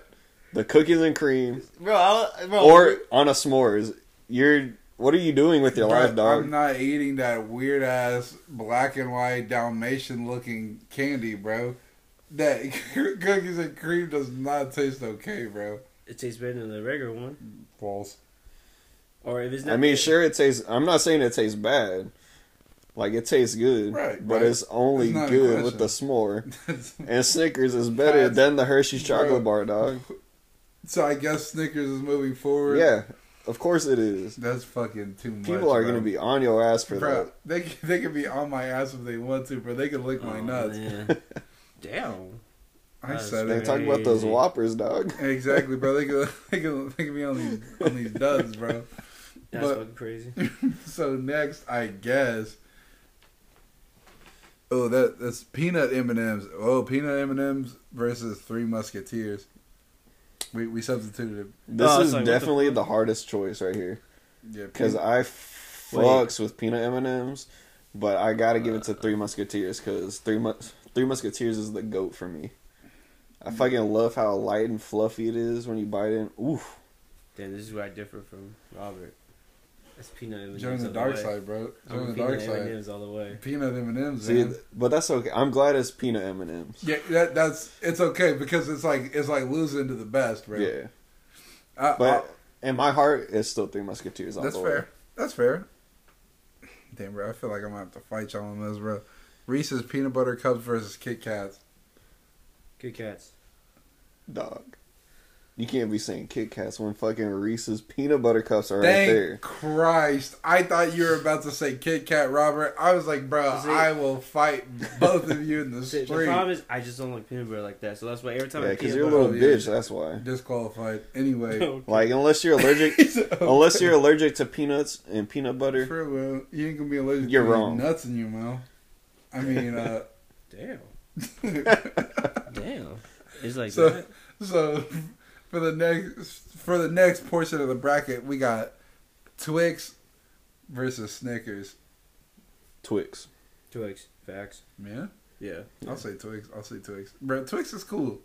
the cookies and cream
bro, I, bro,
or on a s'mores, you're what are you doing with your
Bro,
life, dog?
I'm not eating that weird ass black and white Dalmatian looking candy, bro. That cookies and cream does not taste okay, bro.
it tastes better than the regular one.
False.
Or if it's not,
I mean,
good-
sure, it tastes. I'm not saying it tastes bad. Like it tastes good,
Right,
but
right.
it's only
It's not a
good with
question.
the s'more.
so
And Snickers is better
Facts.
than the Hershey's chocolate
Bro.
bar, dog.
I guess Snickers is moving forward.
Yeah, of course it is.
That's fucking too much.
People are
bro.
gonna be on your ass for
Bro, they can, they can be on my ass if they want to, bro. They can lick my
Oh,
nuts.
man. Damn.
I
That's
said
that. They
it.
talk about those
Crazy.
whoppers, dog.
Exactly, bro. They can, they can, they can be on these on these duds, bro.
That's
But-
fucking crazy.
So next, I guess. Oh, that that's peanut M and M's. Oh, peanut M and M's versus Three Musketeers. We we substituted.
This
Oh,
is
sorry, what the
definitely
fuck?
the, hardest choice right here
Yeah,
because
pe-
I fucks with peanut M and M's, but I gotta give it
Uh.
to Three Musketeers because Three Mus- Three Musketeers is the goat for me. I fucking love how light and fluffy it is when you bite it. Oof.
Damn, this is where I differ from Robert. That's peanut M&M's
join the
all
dark
way.
side, bro.
I'm
Join the
Oh, peanut
dark side.
M&M's all the way.
Peanut M and M's.
See, but that's okay. I'm glad it's peanut M and M's.
Yeah, that that's it's okay because it's like it's like losing to the best, bro.
Yeah,
I- I-
but in my heart, it's still Three Musketeers. All
Uh, that's
the way.
fair. That's fair. Damn, bro. I feel like I'm gonna have to fight y'all on this, bro. Reese's peanut butter cups versus Kit Kats.
Good cats.
dog. You can't be saying Kit Kats when fucking Reese's peanut butter cups are
Thank
right there.
Christ. I thought you were about to say Kit Kat Robert. I was like, bro,
See-
I will fight both of you in the
See, the
street.
problem is I just don't like peanut butter like that, so that's why every time I
Yeah, because
peanut
you're a
butter,
little
yeah.
bitch. That's why.
Disqualified. Anyway.
Like unless you're allergic, unless you're allergic to peanuts and peanut butter.
Sure, well, you ain't gonna be allergic
You're
to any
wrong.
nuts in your mouth. I mean, uh,
damn, damn. It's like
So-
that.
so for the next for the next portion of the bracket, we got Twix versus Snickers.
Twix.
Twix, facts.
Yeah,
Yeah,
I'll say Twix. I'll say Twix, bro. Twix is cool.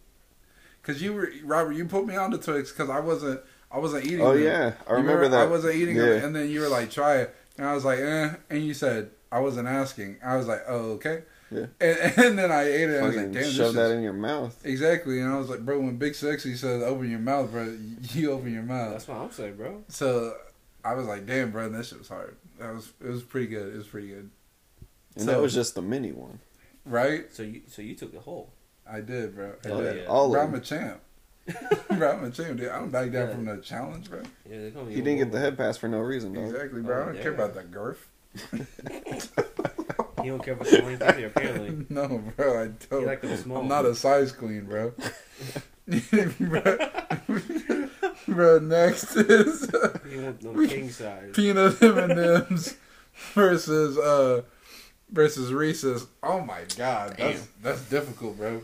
Cause you were Robert, you put me on to Twix because I wasn't I wasn't eating.
Oh
them.
yeah, I
You
remember that.
I wasn't eating
Yeah.
them, and then you were like, "Try it," and I was like, "Eh," and you said, "I wasn't asking." I was like, "Oh, okay,"
Yeah.
and, and then I ate it. and I was like,
Fucking
"Damn, this
shove that
is-
in your mouth.
exactly." And I was like, "Bro, when Big Sexy says open your mouth, bro, you open your mouth."
that's what I'm saying, bro.
So I was like, "Damn, bro, that shit was hard. That was it was pretty good. It was pretty good, So-
And that was just the mini one.
right?"
So you, so you took the whole.
I did, bro. I
Oh,
did.
yeah.
All
bro,
of
I'm a
them.
champ. bro, I'm a champ, dude. I don't back down
Yeah.
from no challenge, bro.
Yeah, they call me
He didn't get the head pass for no reason, dog.
Exactly, bro. I
Oh,
don't
yeah.
care about the girth.
He don't care about the length either, apparently.
No, bro, I don't.
You like them small.
I'm not a size queen, bro. bro, bro, next is
He want no
We-
king size.
peanut M&Ms versus uh versus Reese's. Oh my god, that's that's difficult, bro.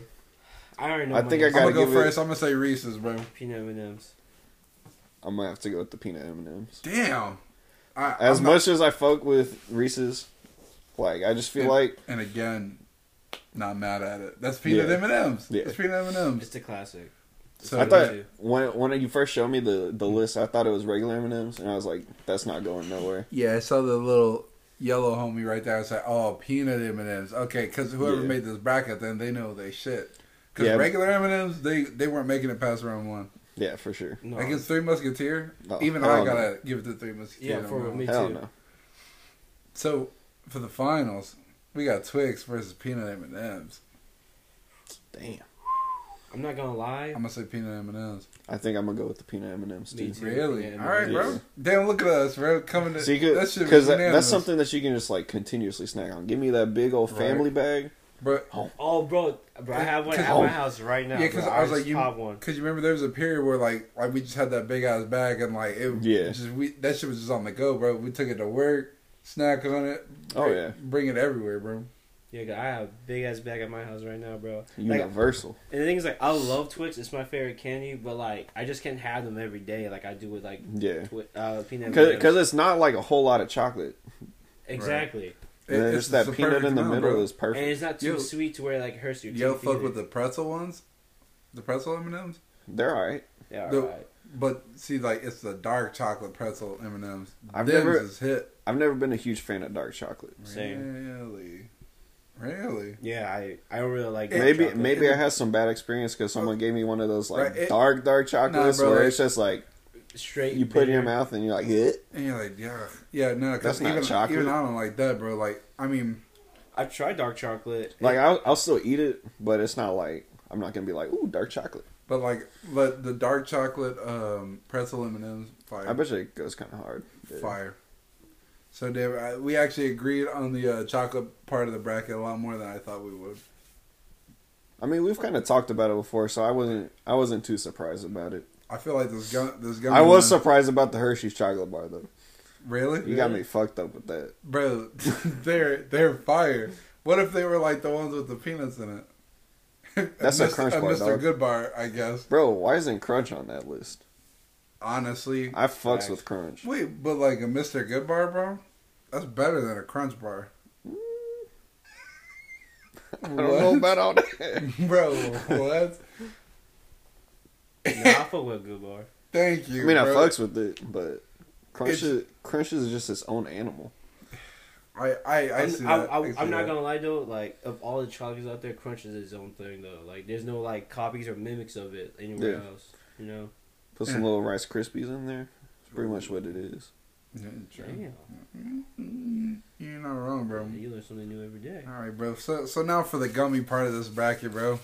I already know.
I
my
think I
answer.
I'm
Gotta
gonna go
give it-
first. I'm gonna say Reese's, bro.
peanut M&Ms.
I might have to go with the peanut M and M's.
Damn. I,
As
I'm not-
much as I fuck with Reese's, like I just feel
Yeah.
like
and again, not mad at it. That's peanut
Yeah.
M&Ms.
Yeah.
It's peanut M&Ms.
It's a classic.
So
I
Me
thought
too.
when when you first showed me the the list, I thought it was regular M and M's, and I was like, that's not going nowhere.
Yeah, I saw the little yellow homie right there. I was like, "Oh, peanut M and M's." Okay, because whoever
Yeah.
made this bracket, then they know they shit. Because
Yeah.
regular M and M's, they they weren't making it past round one.
Yeah, for sure.
No.
Like it's Three Musketeer.
No,
Even
hell
I
no.
gotta give it to Three Musketeer.
Yeah,
on
for
that one.
me
Hell
too.
no.
So for the finals, we got Twix versus Peanut M and M's.
Damn.
I'm not gonna lie.
I'm gonna say Peanut M and M's.
I think I'm gonna go with the peanut M and M's
Me
too.
too.
Really?
Yeah,
All right,
yeah.
bro. Damn, look at us, bro. Coming to
So you
that
could,
shit
because
was
that,
unanimous.
that's something that you can just like continuously snack on. Give me that big old
Right.
family bag.
bro.
Oh, bro, bro, I have one at
Cause-
my house right now.
Yeah, because
bro.
I was
just
like, you,
pop one.
because you remember there was a period where like, like we just had that big ass bag and like it,
Yeah.
just we that shit was just on the go, bro. We took it to work, snack on it.
Oh,
bring-
yeah.
bring it everywhere, bro.
Yeah, 'cause I have a big ass bag at my house right now, bro. Like, and
Universal.
the thing is, like, I love Twix. It's my favorite candy, but like, I just can't have them every day, like I do with like
Yeah.
twi- uh, peanut. M&Ms.
Because it's not like a whole lot of chocolate.
exactly,
It-
And then
it's
just that
the
peanut
perfect
in the
amount,
middle
bro.
is
and
perfect.
it's not too
Yo-
sweet to where it, like hurts your teeth.
Yo, fuck
either.
with the pretzel ones, the pretzel M and M's.
They're all right.
Yeah,
the-
alright.
But see, like it's the dark chocolate pretzel M and M's.
I've never-
is hit.
I've never been a huge fan of dark chocolate.
Same.
Really, really.
Yeah, I I don't really like. dark
Maybe
chocolate.
maybe I had some bad experience because someone gave me one of those like
Right, it-
dark dark chocolates
Nah, bro,
where
like-
it's just like
straight.
you put it in your
bitter.
mouth and you're like, eh.
And you're like, yeah, yeah, no,
That's
because
not
even
chocolate.
even I don't like that, bro. Like, I mean,
I've tried dark chocolate.
like I'll, I'll still eat it, but it's not like I'm not gonna be like, ooh, dark chocolate.
but like, but the dark chocolate um pretzel M and M's.
I bet you it goes kind of hard. Yeah.
Fire. So, Dave, I, we actually agreed on the uh, chocolate part of the bracket a lot more than I thought we would.
I mean, we've kind of talked about it before, so I wasn't I wasn't too surprised about it.
I feel like this gun, this gun.
I was surprised about the Hershey's chocolate bar though.
really,
You got me fucked up with that.
bro. they're they're fire. What if they were like the ones with the peanuts in it?
That's a
Mr.
Crunch bar,
Mr.
dog.
Good bar, I guess.
Bro, why isn't Crunch on that list?
Honestly,
I fucks
Facts.
with Crunch.
wait, but like a Mr. Good bar, bro. That's better than a Crunch bar,
I don't know about all that.
bro. What?
Nah, I fuck with good bar.
Thank
I
you.
mean, I
bro.
fucks with it, but Crunch
It's-
is, Crunch is just its own animal.
I I, I
I'm,
see
I,
that.
I,
I see
am not
that.
gonna lie though, like of all the chocolates out there, Crunch is its own thing though. Like there's no like copies or mimics of it anywhere
Yeah.
else. You know?
Put some little Rice Krispies in there. It's pretty much what it is.
Yeah, true.
Damn.
You're not wrong, bro.
You learn something new every day.
All right, bro. So so now for the gummy part of this bracket, bro.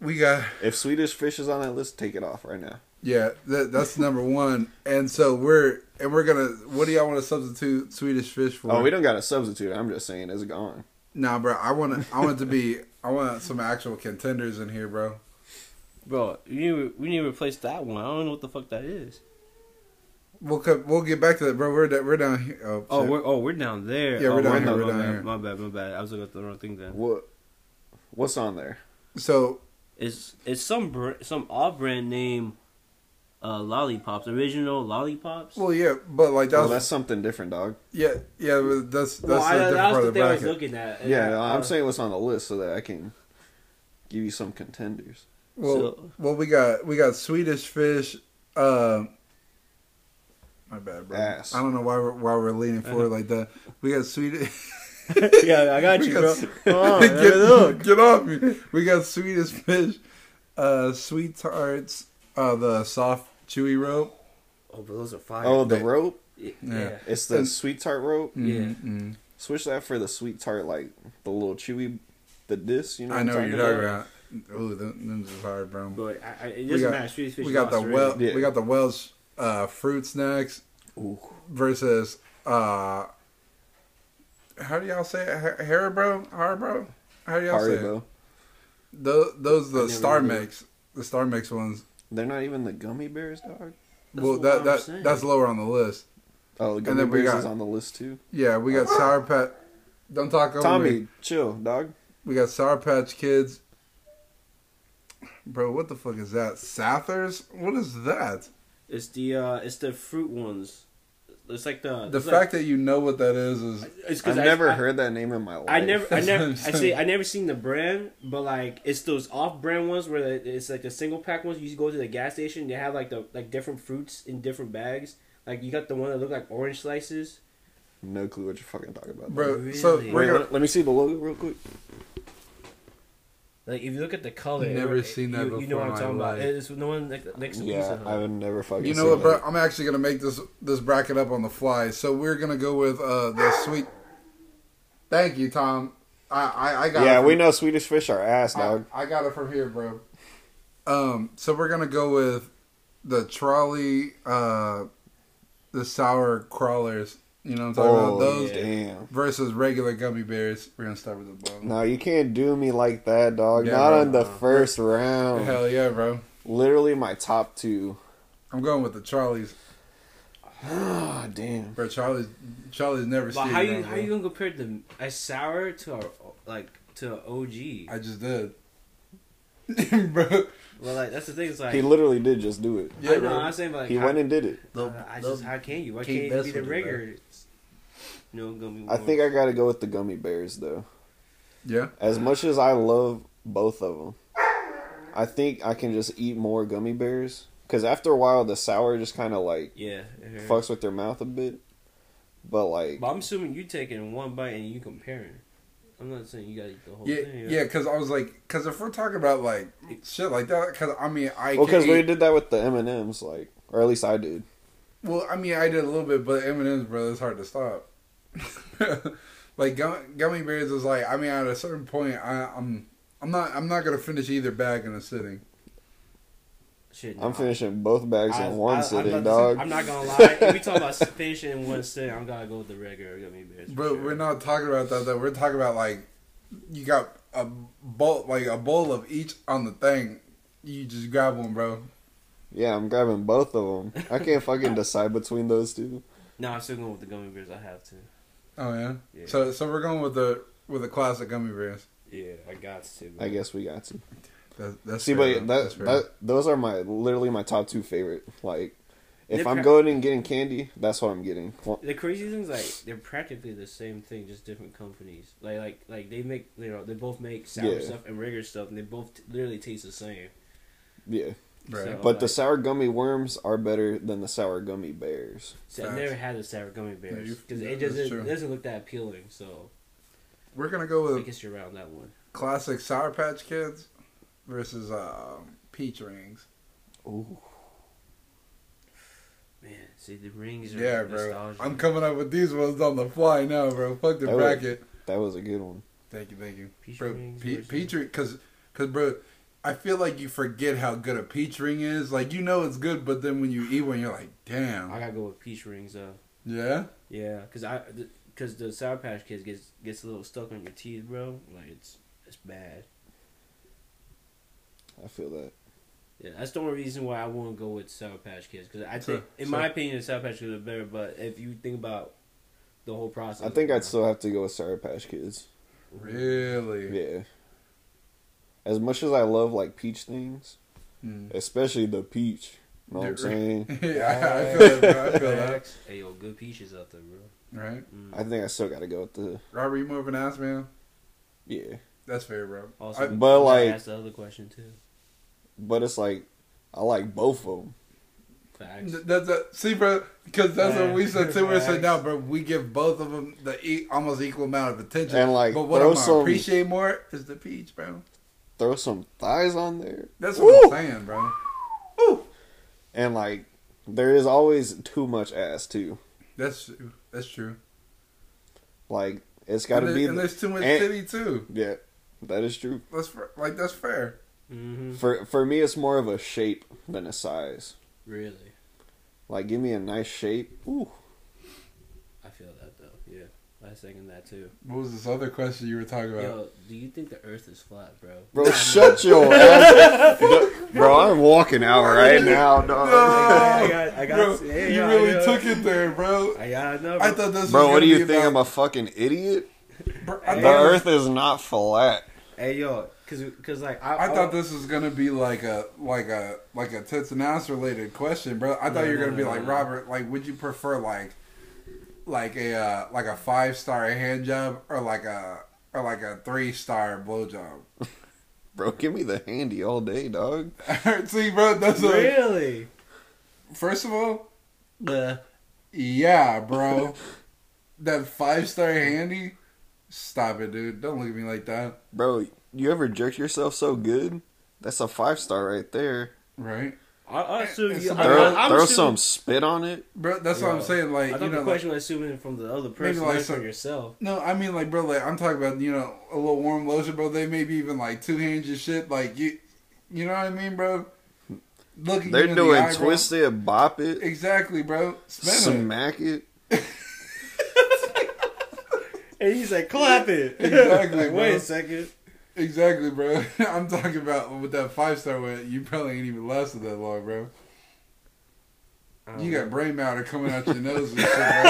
We got
If Swedish Fish is on that list, take it off right now.
yeah. That, that's number one, and so we're and we're gonna. What do y'all want to substitute Swedish fish for?
Oh, we don't got a substitute. I'm just saying it's gone.
Nah, bro. I want to. I want it to be. I want some actual contenders in here, bro.
Bro, we need to- we need to replace that one. I don't know what the fuck that is.
We'll co- we'll get back to that, bro. We're da- we're down here. Oh,
Oh,
shit.
we're oh we're down there.
Yeah, we're
Oh,
down
my
here,
bad,
we're
my
down
bad,
here.
My bad, my bad. I was looking at the wrong thing then.
What? What's on there?
so
It's it's some br- some off brand name, uh, lollipops. Original lollipops.
well, yeah, but like
Well,
that's,
that's something different, dog.
yeah, yeah. But that's that's
Well,
a
I,
different
that
part of
was the
the
thing I was
bracket.
looking at.
Yeah, no, I'm
Uh,
saying what's on the list so that I can give you some contenders.
Well,
So-
well, we got we got Swedish fish. Uh, my bad, bro.
Ass.
I don't know why we're why we're leaning forward like that. We got Swedish.
yeah, I got
we
you,
got
bro.
s-
Oh,
get,
look.
get off me. We got Swedish fish, uh, sweet tarts, uh, the soft chewy rope.
Oh, but those are fire.
Oh, the rope?
yeah.
Yeah. Mm-hmm,
It's the sweet tart
Mm.
rope?
Yeah.
Mm-mm.
Switch that for the sweet tart, like the little chewy, the disc. You know,
I know what you're
talking
talking about. Ooh, them, them's is hard, bro.
But I, I, it
We got-
doesn't matter. Street fish.
We got the well,
Yeah.
we got the Welsh uh, fruit snacks.
Ooh.
versus uh how do y'all say it? Ha- Haribo? Haribo? How do y'all say it?
Haribo.
Those, those
I
the
never
Star
knew.
Mix, the Star Mix ones.
They're not even the gummy bears, dog.
That's
well,
what
that
I'm
that
saying.
that's lower on the list.
Oh, the
And
gummy
then we
bears
got-
is on the list too.
Yeah, we got Sour Patch. Don't talk over
Tommy,
me.
chill, dog.
We got Sour Patch Kids. Bro, what the fuck is that? Sathers? What is that?
It's the uh, it's the fruit ones. It's like the
The
it's
fact that you know what that is is
Like, it's 'cause
I've
I-
never
I-
heard that name in my life.
I never, I
That's
never,
what I'm
I
saying.
see, I never seen the brand, but like it's those off-brand ones where the- it's like the single pack ones. You go to the gas station, they have like the like different fruits in different bags. Like you got the one that look like orange slices.
No clue what you're fucking talking about.
bro. So
Really?
we're
Wait,
gonna
let, let me see the logo real quick.
Like if you look at the color,
Never
it-
seen that
you, You
before
know what I'm
in
talking
my
about.
life.
It's the one like, next to
Yeah,
Pizza
I
Hut.
would never fucking.
You know
seen
what, bro?
that.
I'm actually gonna make this this bracket up on the fly. So we're gonna go with uh the sweet. Thank you, Tom. I I, I got. it
Yeah,
from-
we know Swedish fish are ass,
I,
dog.
I got it from here, bro. Um, so we're gonna go with the trolley, uh, the sour crawlers. You know what I'm talking about?
Oh
Those
yeah.
damn!
versus regular gummy bears. We're gonna start with the bottom.
No, you can't do me like that, dog.
Yeah,
Not
bro,
on the
no.
first round.
Hell yeah, bro!
Literally my top two.
I'm going with the trolleys.
Ah, damn.
Bro, Charlie's Charlie's never
But
seen.
how you how you gonna compare the a sour to a like to a OG?
I just did, bro.
Well, like that's the thing. It's like
He literally did just do it.
Yeah,
I know
bro.
I'm saying, but like
He
how, uh,
went and did it.
I, I just how can you? Why
Keith
can't you be
Best
the
would do that.
rigor? You know, gonna be
I
more-
think I gotta go with the gummy bears though.
Yeah,
As much as I love both of them, I think I can just eat more gummy bears. Cause after a while, the sour just kind of like
yeah. I heard.
fucks with their mouth a bit. But like,
But I'm assuming you taking one bite and you comparing. I'm not saying you gotta eat the whole
yeah,
thing.
yeah. Because I was like, because if we're talking about like shit like that, because I mean, I
well, cause
can't eat-
we did that with the M and M's, like, or at least I did.
Well, I mean, I did a little bit, but M and M's, bro, it's hard to stop. like gum- gummy bears is like, I mean, at a certain point, I, I'm, I'm not, I'm not gonna finish either bag in a sitting.
Shit,
I'm
nah.
finishing both bags
I-
in one
I- I'm
sitting,
about to
dog.
say- I'm not gonna lie. If we talk about finishing in one sitting, I'm gonna go with the regular gummy bears. for
But
sure.
we're not talking about that. Though we're talking about like, you got a bowl, like a bowl of each on the thing. You just grab one, bro.
Yeah, I'm grabbing both of them. I can't fucking decide between those two.
No, I'm still going with the gummy bears. I have to.
Oh yeah.
Yeah.
So so we're going with the with the classic gummy bears.
Yeah, I got to.
I guess we got to.
That, that's
See,
fair,
but
though.
that,
fair.
that those are my literally my top two favorite. Like, if
They're
I'm
pra-
going and getting candy, that's what I'm getting. Well,
The crazy thing's like they're practically the same thing, just different companies. Like like like they make you know they both make sour
Yeah.
stuff and regular stuff, and they both t- literally taste the same.
yeah,
Right.
So-
but the
like-
sour gummy worms are better than the sour gummy bears.
So
Facts.
I've never had the sour gummy bears
you-
because
that-
it
that's
doesn't
true.
it doesn't look that appealing. So
we're gonna go
I
with
guess you're around that one.
classic Sour Patch Kids versus um, peach rings.
Ooh,
Man, see the rings are
Yeah,
yeah,
bro.
nostalgia.
I'm coming up with these ones on the fly now, bro. Fuck the
That would-
bracket.
that was a good one.
Thank you, thank you,
Peach
bro.
rings
Pe-
versus-
peach because because bro, I feel like you forget how good a peach ring is. Like you know it's good, but then when you eat one, you're like,
I
damn,
gotta go with peach rings though.
yeah.
Yeah, cause I because the sour patch kids gets gets a little stuck on your teeth, bro. Like it's it's bad.
I feel that.
Yeah, that's the only reason why I wouldn't go with Sour Patch Kids because I
Sure,
think, in
sure.
my opinion, Sour Patch Kids are better. But if you think about the whole process,
I think I'd still have to go with Sour Patch Kids.
Really?
Yeah. As much as I love like peach things,
Mm.
especially the peach. You know what I'm saying?
yeah, I, I feel that, bro. I feel that.
Hey yo, good peaches out there, bro.
Right?
Mm.
I think I still gotta go with the
Robert, you more of an ass man?
yeah.
That's fair, bro.
Also,
I-
but,
but
like-
like, ask the other question too.
But it's like I like both of them.
Facts.
Th- That's a, see, bro, because that's what we said too. We said
Facts.
now, bro, we give both of them the e- almost equal amount of attention.
And, like,
but what
throw
I'm gonna
some-
appreciate more is the peach, bro.
Throw some thighs on there.
That's what
Woo!
I'm saying, bro.
And like there is always too much ass too.
That's that's true.
Like it's
And,
gotta
there-
be
and there's too much
and-
city too.
Yeah. That is true.
That's fair. like that's fair.
mm-hmm.
For for me it's more of a shape than a size.
Really,
Like give me a nice shape. Ooh.
I feel that though. Yeah, I second that too.
What was this other question you were talking about?
Yo, do you think the Earth is flat, bro?
Bro, shut your ass. Bro, I'm walking out right now, dog.
I got, I got,
bro,
yeah,
you
yeah,
really
I got-
took it there, bro.
I got, no,
I
bro.
thought this.
Bro,
was
what
gonna
do you
be
think? I'm
about-
a fucking idiot?
bro, I
The
The
thought-
earth is not flat.
Hey yo, cause, cause like I,
I thought this was gonna be like a like a like a tits and ass related question, bro. I thought
No,
you were
no,
gonna be
no,
like
no.
Robert. Like, would you prefer like like a uh, like a five star hand job or like a or like a three star blowjob?
Bro, give me the handy all day, dog.
See, bro, that's a,
really.
first of all,
Uh,
yeah, bro. that five star handy Stop it, dude. Don't look at me like that.
Bro, you ever jerk yourself so good? That's a five star right there.
Right?
I, I assume
It's
you,
a
I,
bird.
Throw,
I, I'm
throw
assuming-
some spit on it.
Bro, that's what I'm
Yeah.
saying. Like,
I
you
thought
know,
the question was assuming from the other person,
like
not
some-
from yourself.
No, I mean like bro, like I'm talking about you know a little warm lotion, bro. They maybe even like two hands and shit. Like you, you know what I mean, bro. Looking
They're
in
doing
the eye, bro.
twist it, bop it,
Exactly, bro. Spin it.
smack it.
And he's like, clap it.
Exactly,
Like,
bro.
Wait a second.
Exactly, bro. I'm talking about with that five star wet. You probably ain't even lasted that long, bro. You
Oh.
got brain matter coming out your nose and shit, bro.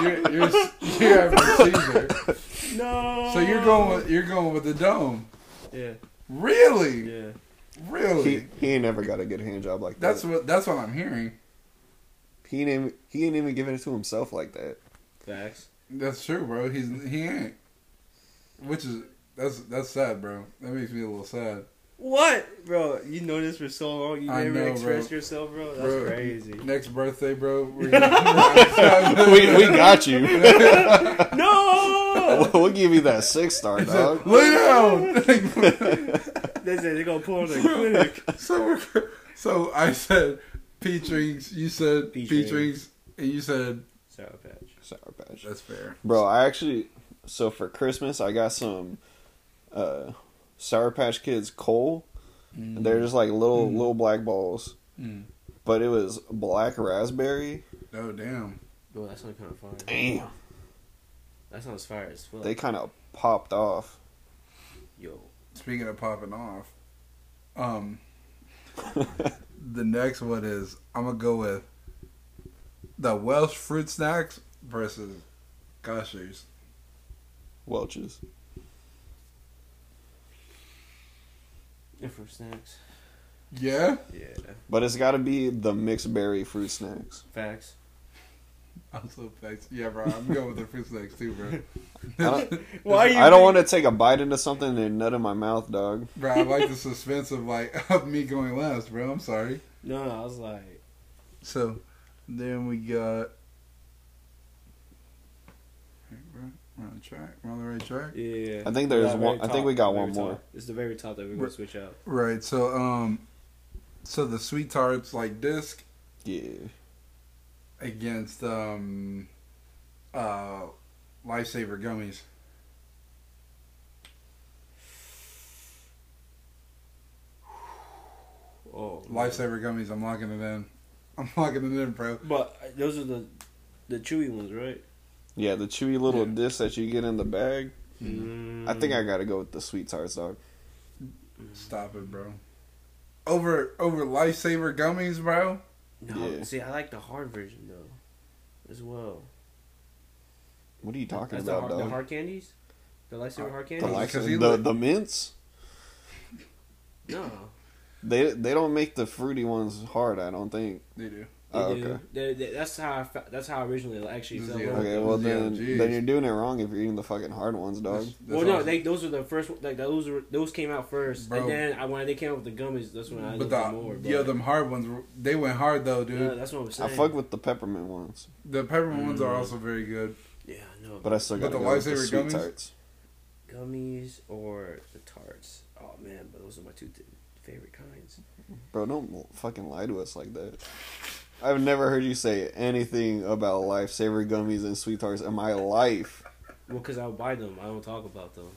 you're, you're you're having a seizure.
no.
So you're going with you're going with the dome.
yeah,
Really,
yeah.
really.
He, he ain't never got a good hand job like
that's
that.
what that's what I'm hearing.
He ain't even, he ain't even giving it to himself like that.
Facts.
That's true, bro. He's he ain't. Which is that's that's sad, bro. That makes me a little sad.
What, bro? You know this for so long. You
I
never
know,
expressed
bro.
yourself, bro. That's
Bro,
crazy.
Next birthday, bro. We're gonna,
we, we got you.
no.
we'll give you that six star, dog.
lay down.
they said they're gonna pull on the clinic.
so we're, so I said pea drinks. You said pea,
Peach
drinks.
rings.
and you said
Sour patch.
Sour patch.
that's fair.
Bro, I actually so for Christmas I got some uh Sour Patch Kids coal. And They're just like little little black balls.
Mm.
But it was black raspberry.
Oh damn.
Bro, that sounds kind of fire.
Damn.
That sounds fire as fuck.
They kind of popped off.
Yo,
Speaking of popping off, um, the next one is I'm gonna go with the Welsh fruit snacks versus Gushers.
Welch's.
and for snacks.
Yeah,
Yeah.
But it's got to be the mixed berry fruit snacks.
Facts.
I'm so vexed. Yeah, bro, I'm going with the fruit snacks too, bro.
I don't,
Why
I don't want to take a bite into something and nut in my mouth, dog.
Bro, I like the suspense of like of me going last, bro. I'm sorry.
No, no. I was like,
So then we got. We're on track. We're on the right track.
yeah.
I think there's
Yeah,
one-
very
I think we got
very
one more.
top. It's the very top that we're gonna switch out.
Right. So um, so the sweet tarts like disc
Yeah.
against um uh lifesaver gummies.
Oh,
Mm-hmm.
man.
Lifesaver gummies, I'm locking it in. I'm locking it in, bro.
But uh, those are the the chewy ones, right?
Yeah, the chewy little
Yeah. Mm-hmm.
disc that you get in the bag. Mm-hmm. Mm. I think I got to go with the sweet tarts, dog.
Stop it, bro. Over over lifesaver gummies, bro.
No,
Yeah.
see, I like the hard version though, as well.
What are you talking
That's the
about,
hard, the
dog?
hard candies,
Uh,
the lightsaber hard
The,
candies.
like-
likes of-
'Cause he
the,
look-
the mints
no,
they they don't make the fruity ones hard. I don't think.
They do.
they
Oh,
do.
okay.
They- they- that's how I fe- that's how I originally actually
This is
felt.
the-
about
Okay,
them.
well
Yeah,
then
geez.
then you're doing it wrong if you're eating the fucking hard ones, dog.
That's- that's
well, no,
awesome.
they those were the first one- like those were those came out first,
Bro.
and then I, when they came out with the gummies, that's when I
but
looked
the
at more. But,
yeah, them hard ones were- they went hard though, dude.
Yeah, that's what I'm
I
saying.
fuck with the peppermint ones,
The peppermint ones are
Mm.
also very good.
yeah, no,
but I still
But
gotta
the
go with the
lifesaver
sweet
gummies?
tarts.
gummies or the tarts. Oh man, but those are my two th- favorite kinds.
Bro, don't l- fucking lie to us like that. I've never heard you say anything about lifesaver gummies and sweet tarts in my life.
Well, because I'll buy them. I don't talk about them.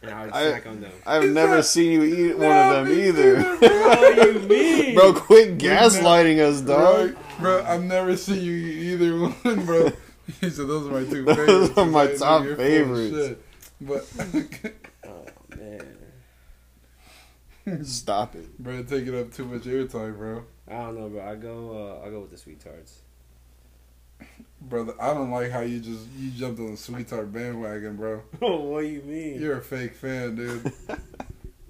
And I would
I-
snack on them.
I've
He's
never
not-
seen you eat one of them either.
What do you mean?
Bro, quit
never-
gaslighting us,
Bro,
dog.
bro, I've never seen you eat either one, bro. He said those are my two
Those
favorites.
are my
Like, nigga,
top
you're full of
favorites.
shit. But
Oh, man.
Stop it.
Bro, taking up too much air time, bro.
I don't know, bro. I go, uh, I go with the sweet tarts.
Brother, I don't like how you just you jumped on the sweetheart bandwagon, bro.
Oh, what do you mean?
You're a fake fan, dude.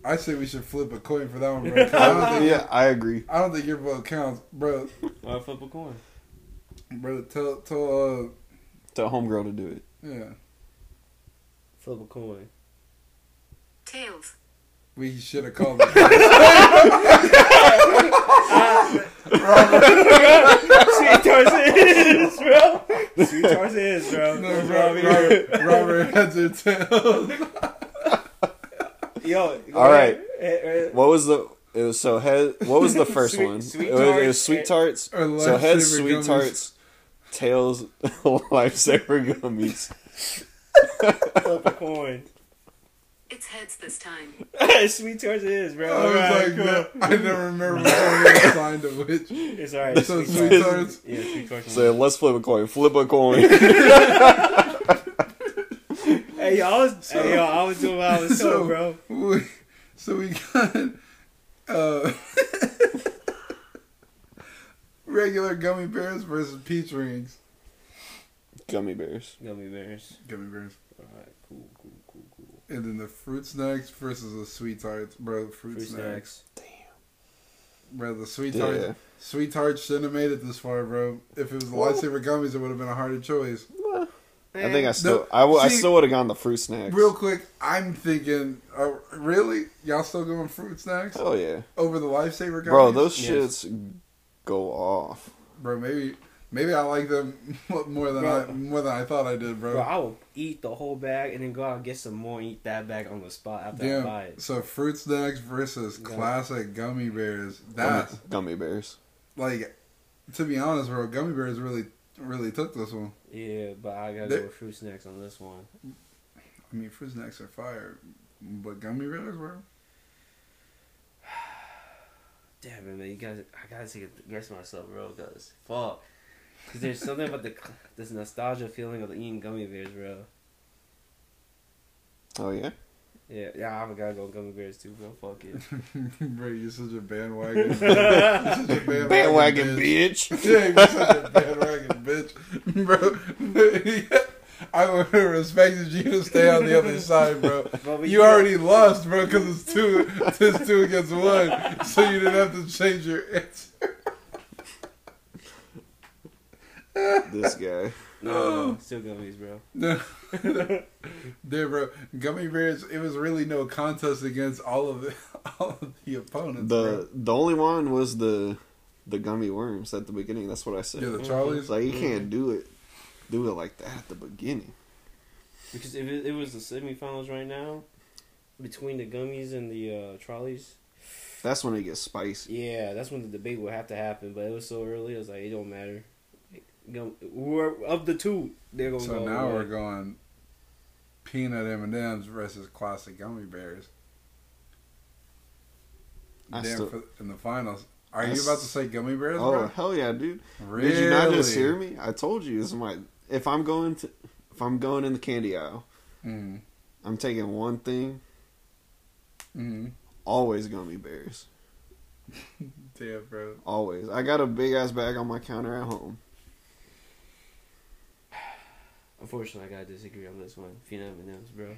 I say we should flip a coin for that one, bro. 'cause I don't think,
yeah, I agree.
I don't think your vote counts, bro.
Why flip a coin?
Bro, tell tell uh
Tell homegirl to do it.
yeah.
Flip a coin.
Tails.
We should have called it.
Sweet Tarzan is, bro. Sweet Tarzan is, bro.
No,
That's what I
Robert,
mean.
Robert, Robert heads or tails.
Yo. go
All right.
ahead. Eh, eh,
What was the? It was so head. What was the first
Sweet-
one?
sweet
it, was, it
tarts
was sweet
and-
tarts.
or
so heads,
lifesaver
sweet
gummies.
tarts, tails, lifesaver gummies.
eh, Flip a coin.
It's heads this time.
Sweet Tarzan is, bro.
I was
Alright,
like,
cool.
no, I never remember which one we assigned to which.
It's alright.
So
Sweet
Sweet
Tarzan.
Tarts.
Yeah, Sweet Tarzan.
So let's flip a coin. Flip a coin.
hey, y'all was, hey, yo, I was doing what I was
So-
told, bro.
We, so we got uh, regular gummy bears versus peach rings.
Gummy bears.
Gummy bears.
Gummy bears.
Alright, cool, cool, cool, cool.
And then the fruit snacks versus the sweet tarts, bro. Fruit,
Fruit
snacks.
snacks.
bro. The sweet tarts,
Yeah.
sweet tarts shouldn't have made it this far, bro. If it was the
Well-
lightsaber gummies, it would have been a harder choice.
I think I still.
No,
I, w- I
see-
still would have gone the fruit snacks.
Real quick, I'm thinking, uh, really, y'all still going fruit snacks
Hell yeah,
over the lifesaver gummies,
bro. Those
Yes.
shits go off.
bro. Maybe, maybe I like them more than I
Bro.
more than I thought I did,
Bro, I will eat the whole bag and then go out and get some more and eat that bag on the spot after I buy
Damn.
it.
So fruit snacks versus
Yeah.
classic gummy bears.
Gummy,
That's
gummy bears.
like, to be honest, bro, gummy bears really, really took this one.
Yeah, but I gotta
They-
go with fruit snacks on this one.
I mean, fruit snacks are fire, but gummy bears, bro.
Damn it, man! You guys, I gotta take a guess myself, bro, cause fuck, cause there's something about the this nostalgia feeling of eating gummy bears, bro.
Oh yeah.
Yeah, yeah, I gotta go with gummy bears too, bro. Fuck it.
bro, you're such a bandwagon. you're such a bandwagon,
Bandwagon
bitch.
bitch.
Yeah, you're such a bandwagon bitch, bro. I would have respected you to stay on the other side, bro.
But we
You already lost, bro, because it's two, it's two against one, so you didn't have to change your answer.
this guy.
no, no, no, still gummies, bro.
No, there, bro. Gummy bears. It was really no contest against all of the, all of the opponents. bro.
The the only one was the the gummy worms at the beginning. That's what I said.
yeah, the Charlies.
It's like you can't do it, do it like that at the beginning.
Because if it, it was the semifinals right now, between the gummies and the uh, trolleys,
That's when it gets spicy.
Yeah, that's when the debate would have to happen, but it was so early. It was like it don't matter. Go- We're of the two. They're gonna
so
go.
now
away.
we're going peanut M and M's versus classic gummy bears.
I
Damn,
still-
for, in the finals, are
I
you
s-
about to say gummy bears,
Oh
bro?
hell yeah, dude!
Really?
Did you not just hear me? I told you this is my. If I'm going to, if I'm going in the candy aisle,
Mm,
I'm taking one thing.
mm.
Always gummy bears.
Damn, bro.
Always. I got a big ass bag on my counter at home.
Unfortunately, I gotta disagree on this one. Peanut M and M's, bro.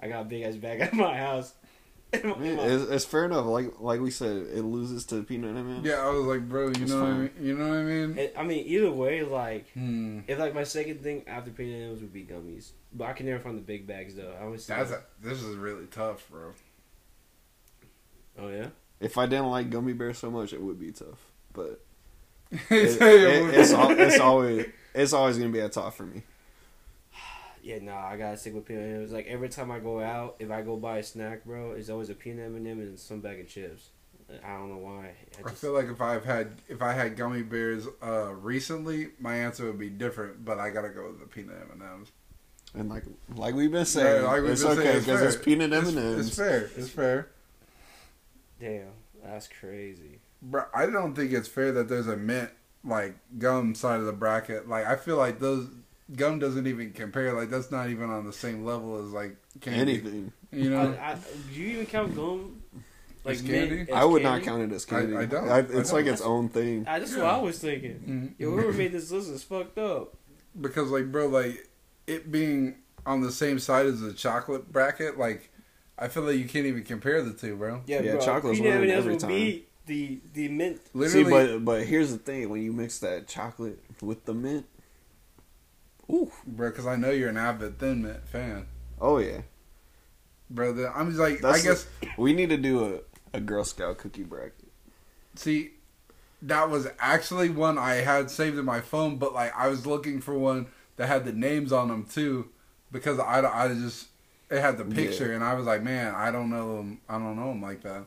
I got a big ass bag at my house. In my- in my-
It's, it's fair enough. Like like we said, it loses to peanut M.
Yeah, I was like, bro. You
It's
know, what I
fine.
mean? you know what I mean?
It- I mean, either way, like
Hmm.
if like my second thing after peanut M's would be gummies, but I can never find the big bags though. I always say
That's a, this is really tough, bro.
oh yeah.
If I didn't like gummy bears so much, it would be tough. But it, it-
it's
it's al- it's always it's always gonna be a top for me.
Yeah, nah, I gotta stick with peanut M&M's. Like every time I go out, if I go buy a snack, bro, it's always a peanut M and M and some bag of chips. I don't know why.
I feel like if I've had if I had gummy bears uh, recently, my answer would be different. But I gotta go with the peanut M and M's.
And like like we've been saying, it's okay because it's peanut M
It's
and M's.
fair. It's fair.
Damn, that's crazy.
Bro, I don't think it's fair that there's a mint like gum side of the bracket. Like I feel like those gum doesn't even compare. Like that's not even on the same level as like candy.
Anything.
You
I,
know.
I, do you even count gum? Like
As
mint
candy?
as
I would
candy?
not count it as candy.
I don't.
it's
I
like
don't.
its own thing.
Ah, that's what I was thinking.
Mhm.
Yo, whoever made this list is fucked up.
because like bro like it being on the same side as the chocolate bracket like i feel like you can't even compare the two bro
Yeah, chocolate's
peanut
winning
M&Ms
every
will
time.
beat the the mint.
literally
See, but but here's the thing: when you mix that chocolate with the mint, ooh,
bro because i know you're an avid thin mint fan
oh yeah,
bro. The, I'm just like,
That's
I guess.
we need to do a, a Girl Scout cookie bracket.
See, that was actually one I had saved in my phone, but like I was looking for one that had the names on them too, because I, I just it had the
Yeah.
picture, and I was like, man, I don't know them. I don't know them like that.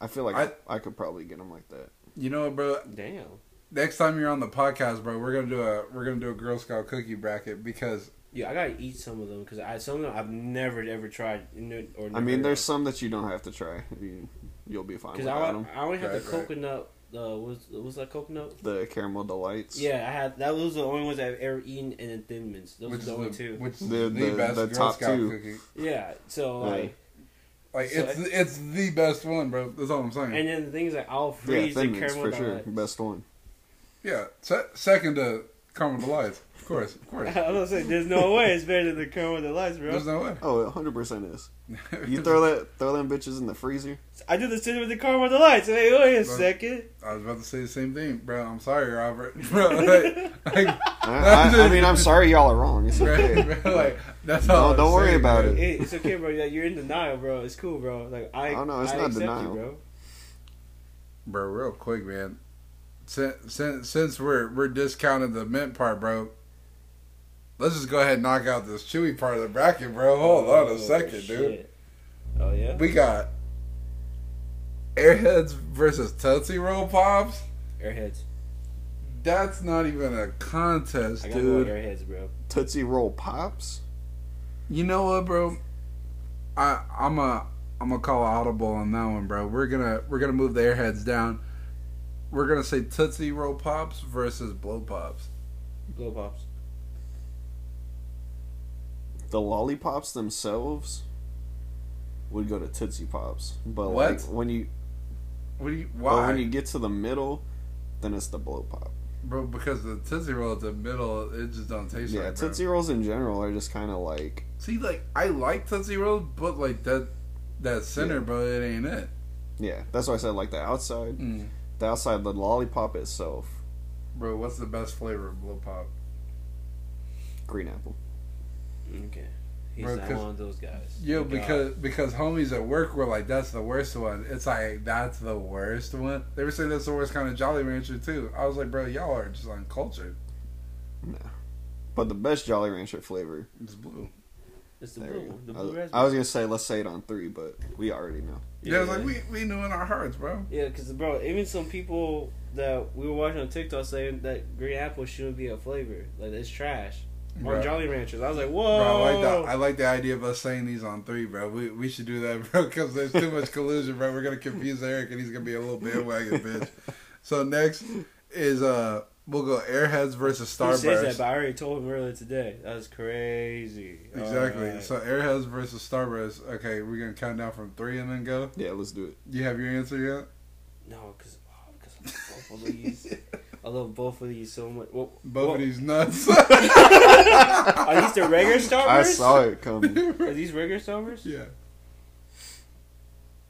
I feel like I, could probably get them like that.
You know, what, bro.
Damn.
Next time you're on the podcast, bro, we're gonna do a we're gonna do a Girl Scout cookie bracket because
Yeah, I gotta eat some of them because I some of them I've never ever tried. n- Or
I mean, there's some that you don't have to try. You, you'll be fine
because
without
I,
them.
I only had
Right,
the
right.
coconut. Uh, was was that coconut?
The caramel delights.
Yeah, I had that was the only ones I've ever eaten, and then Thin Mints. Those
which
are
is
the only
the,
two.
which is
The-
the,
the-
best
the
Girl
top
Scout
two.
cookie.
Yeah, so
Yeah.
like,
Like
So
it's it's the best one, bro. That's all I'm saying.
and then the things like I'll
Yeah,
freeze
Thin
the
Mints,
caramel
for sure.
delight.
Best one.
yeah, se- second to Carmen Delights, of course, of course.
I was like, there's no way it's better than the caramel delights, bro.
There's no way.
Oh, it 100% is. You throw that, throw them bitches in the freezer.
I do the cinnamon with the caramel delights. Hey, wait a second.
I was about to say the same thing, bro. I'm sorry, Robert. Bro, like, like,
I, I, I mean, I'm sorry y'all are wrong. It's okay.
bro, like that's
No,
all. I'm
don't worry
saying,
about
bro.
it.
Hey, it's okay, bro. Yeah, you're in denial, bro. It's cool, bro. Like I,
Oh, no, it's
I
not
accept
denial.
you, bro.
bro. Real quick, man. Since since since we're we're discounting the mint part, bro. Let's just go ahead and knock out this chewy part of the bracket, bro. Hold on
Oh,
a second, dude.
shit. Oh yeah.
We got Airheads versus Tootsie Roll Pops.
airheads.
That's not even a contest,
I gotta go with
dude.
airheads, bro.
Tootsie Roll Pops?
You know what, bro? I I'm a I'm gonna call audible on that one, bro. We're gonna we're gonna move the airheads down. We're gonna say Tootsie Roll Pops versus Blow Pops.
Blow pops.
The lollipops themselves would go to Tootsie Pops. But
What?
like when you
What do you
but
why,
when you get to the middle, then it's the blow pop.
bro? Because the Tootsie Roll at the middle, it just don't taste
Yeah,
right, bro.
Tootsie Rolls in general are just kind of like
See, like I like Tootsie Roll, but like that that center,
Yeah.
bro, it ain't it.
yeah. That's why I said like the outside,
Mm.
the outside, the lollipop itself,
Bro, what's the best flavor of Blow Pop?
green apple. Mm,
Okay. He's
Bro,
not
'cause-
one of those guys.
Yeah,
Thank God.
because because homies at work were like, "That's the worst one." It's like that's the worst one. They were saying that's the worst kind of Jolly Rancher too. I was like, "Bro, y'all are just uncultured."
But the best Jolly Rancher flavor.
It's blue.
it's the
There
blue,
we go.
one, the
I was-
blue raspberry.
I was gonna say let's say it on three, but we already know.
Yeah, it's like we we knew in our hearts, bro.
Yeah, because bro, even some people that we were watching on TikTok saying that green apple shouldn't be a flavor, like it's trash.
Bro.
On Jolly Ranchers, I was like,
Bro,
whoa.
I like the I like the idea of us saying these on three, bro. We we should do that, bro, because there's too much collusion, bro. We're gonna confuse Eric, and he's gonna be a little bandwagon bitch. So next is uh, we'll go Airheads versus
Who says that?
Starburst.
But I already told him earlier today. That was crazy.
Exactly.
Alright.
So Airheads versus Starburst. Okay, we're gonna count down from three and then go.
Yeah, let's do it.
You have your answer yet?
no, oh, because both of these, I love both of these so much. Well,
Both
well,
of these nuts.
Are these the regular Starburst?
I saw it coming.
Are these regular Starburst?
yeah.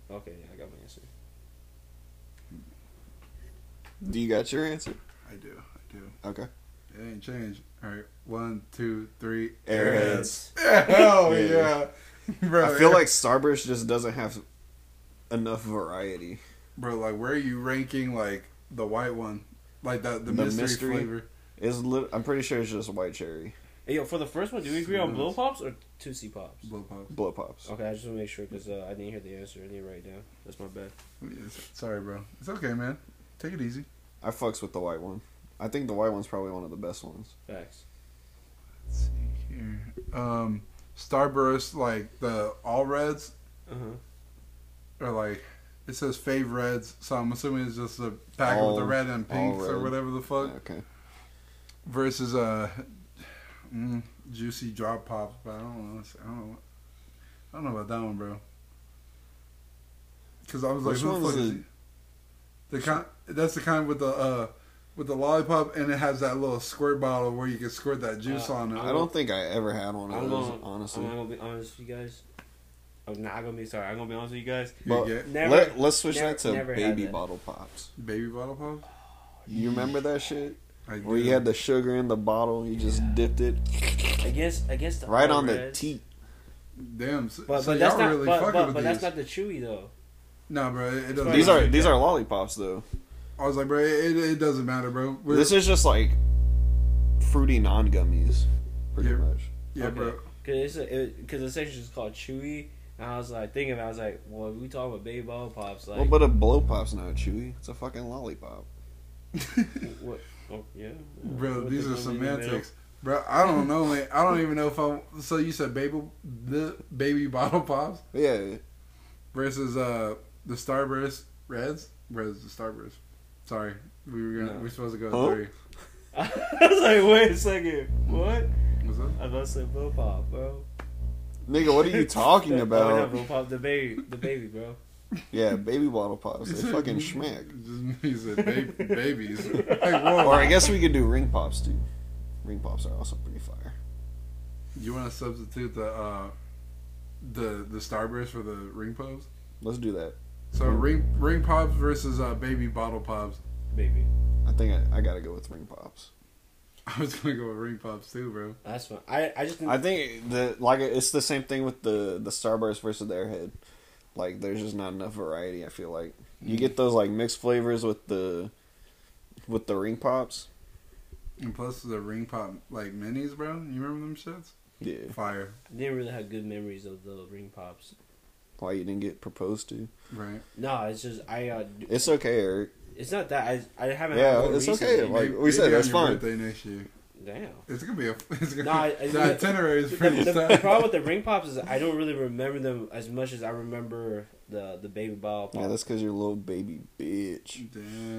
Okay, yeah, I got my answer.
do you got your answer?
I do. I do.
Okay.
It ain't changed. All right. One, two, three.
Airheads.
Hell yeah.
Yeah.
Bro,
I feel
air-
like Starburst just doesn't have enough variety.
Bro, like, where are you ranking, like, the white one? Like, the, the,
The
mystery,
mystery?
flavor?
It's lit I'm pretty sure it's just white cherry
Hey, yo, for the first one, do we agree on
Yes.
blow pops or Tootsie pops?
Blow pop.
blow pops.
Okay, I just want to make sure because uh, I didn't hear the answer. I didn't write it down. That's my bad.
Yes. Sorry, bro. It's okay, man. Take it easy.
I fucks with the white one. I think the white one's probably one of the best ones.
Facts.
Let's see here. Um, Starburst, like, the all reds
Uh huh.
or like it says fave reds, so I'm assuming it's just a packet with the
All-
red and
all
pinks or
red.
whatever the
Uh,
fuck.
Okay.
Versus uh, mm, juicy drop pops, but I don't know. I don't know. I don't know about that one, bro. Because I was like,
Which
who the
one's
fuck is
the-
he? The kind that's the kind with the uh with the lollipop and it has that little squirt bottle where you can squirt that juice
Uh,
on it.
I don't think I ever had one of
I'm
those,
gonna,
honestly.
I'm not gonna be honest with you guys. Oh, I'm not gonna be sorry. I'm gonna be honest with you guys.
You
But
get
Never.
Let, let's switch
never-
that to
never had
baby
that.
bottle pops.
baby bottle pops.
You remember that shit?
I
Where
do.
you had the sugar in the bottle, you just dipped it
I guess. I guess the
right
all
on the
reds-
teat.
Damn. So,
But,
so y'all
but that's not
really
but,
fucking
but,
with
but
these.
that's not the chewy though.
no, bro. It doesn't
These
matter.
are these are lollipops though.
I was like, bro, it, it doesn't matter, bro. We're-
This is just like fruity non gummies, pretty
Yeah.
much.
yeah, bro.
Because it, 'cause the section is called chewy, and I was like thinking, about it, I was like, well, if we talk about baby ball pops, like,
well, but a blow pop's not chewy. It's a fucking lollipop.
what? Oh yeah,
Bro,
What
these
the
are
fuck in the middle?
semantics. Bro, I don't know. Like, I don't even know if I. So you said baby, the baby bottle pops
Yeah,
versus uh the Starburst Reds. Reds the Starburst. Sorry, we were gonna.
No.
We're supposed to go
Huh?
three.
I was like, wait a second, what?
What's up?
I was about to say blow pop, bro.
nigga, what are you talking
Oh, no,
about?
blow pop the baby, the baby, bro.
Yeah, baby bottle pops.
He
They
said-
fucking
Just-
schmack.
He said ba- babies. like, whoa.
Or I guess we could do ring pops too. Ring pops are also pretty fire.
You want to substitute the uh, the the Starburst for the ring pops?
Let's do that.
So
Hmm.
ring ring pops versus uh, baby bottle pops.
Baby,
I think I, I gotta go with ring pops.
I was gonna go with ring pops too, bro.
that's fine. I I just
I think the like it's the same thing with the the Starburst versus the Airhead. Like there's just not enough variety. I feel like you
Mm.
get those like mixed flavors with the with the ring pops.
And plus the ring pop like minis, bro. You remember them shits?
Yeah,
Fire,
didn't really have good memories of the ring pops.
why you didn't get proposed to?
right?
No, it's just I. Uh, d-
It's okay, Eric.
it's not that I. I haven't.
Yeah,
had one
it's
recently.
okay, like- we said,
on
that's
your
fine.
Birthday next year.
Damn.
It's gonna be a. It's gonna.
Nah,
be,
it's
the
gonna-
itinerary is pretty
The, the
tight.
problem with the ring pops is I don't really remember them as much as I remember the the baby ball. Pop.
Yeah, that's because you're a little baby bitch.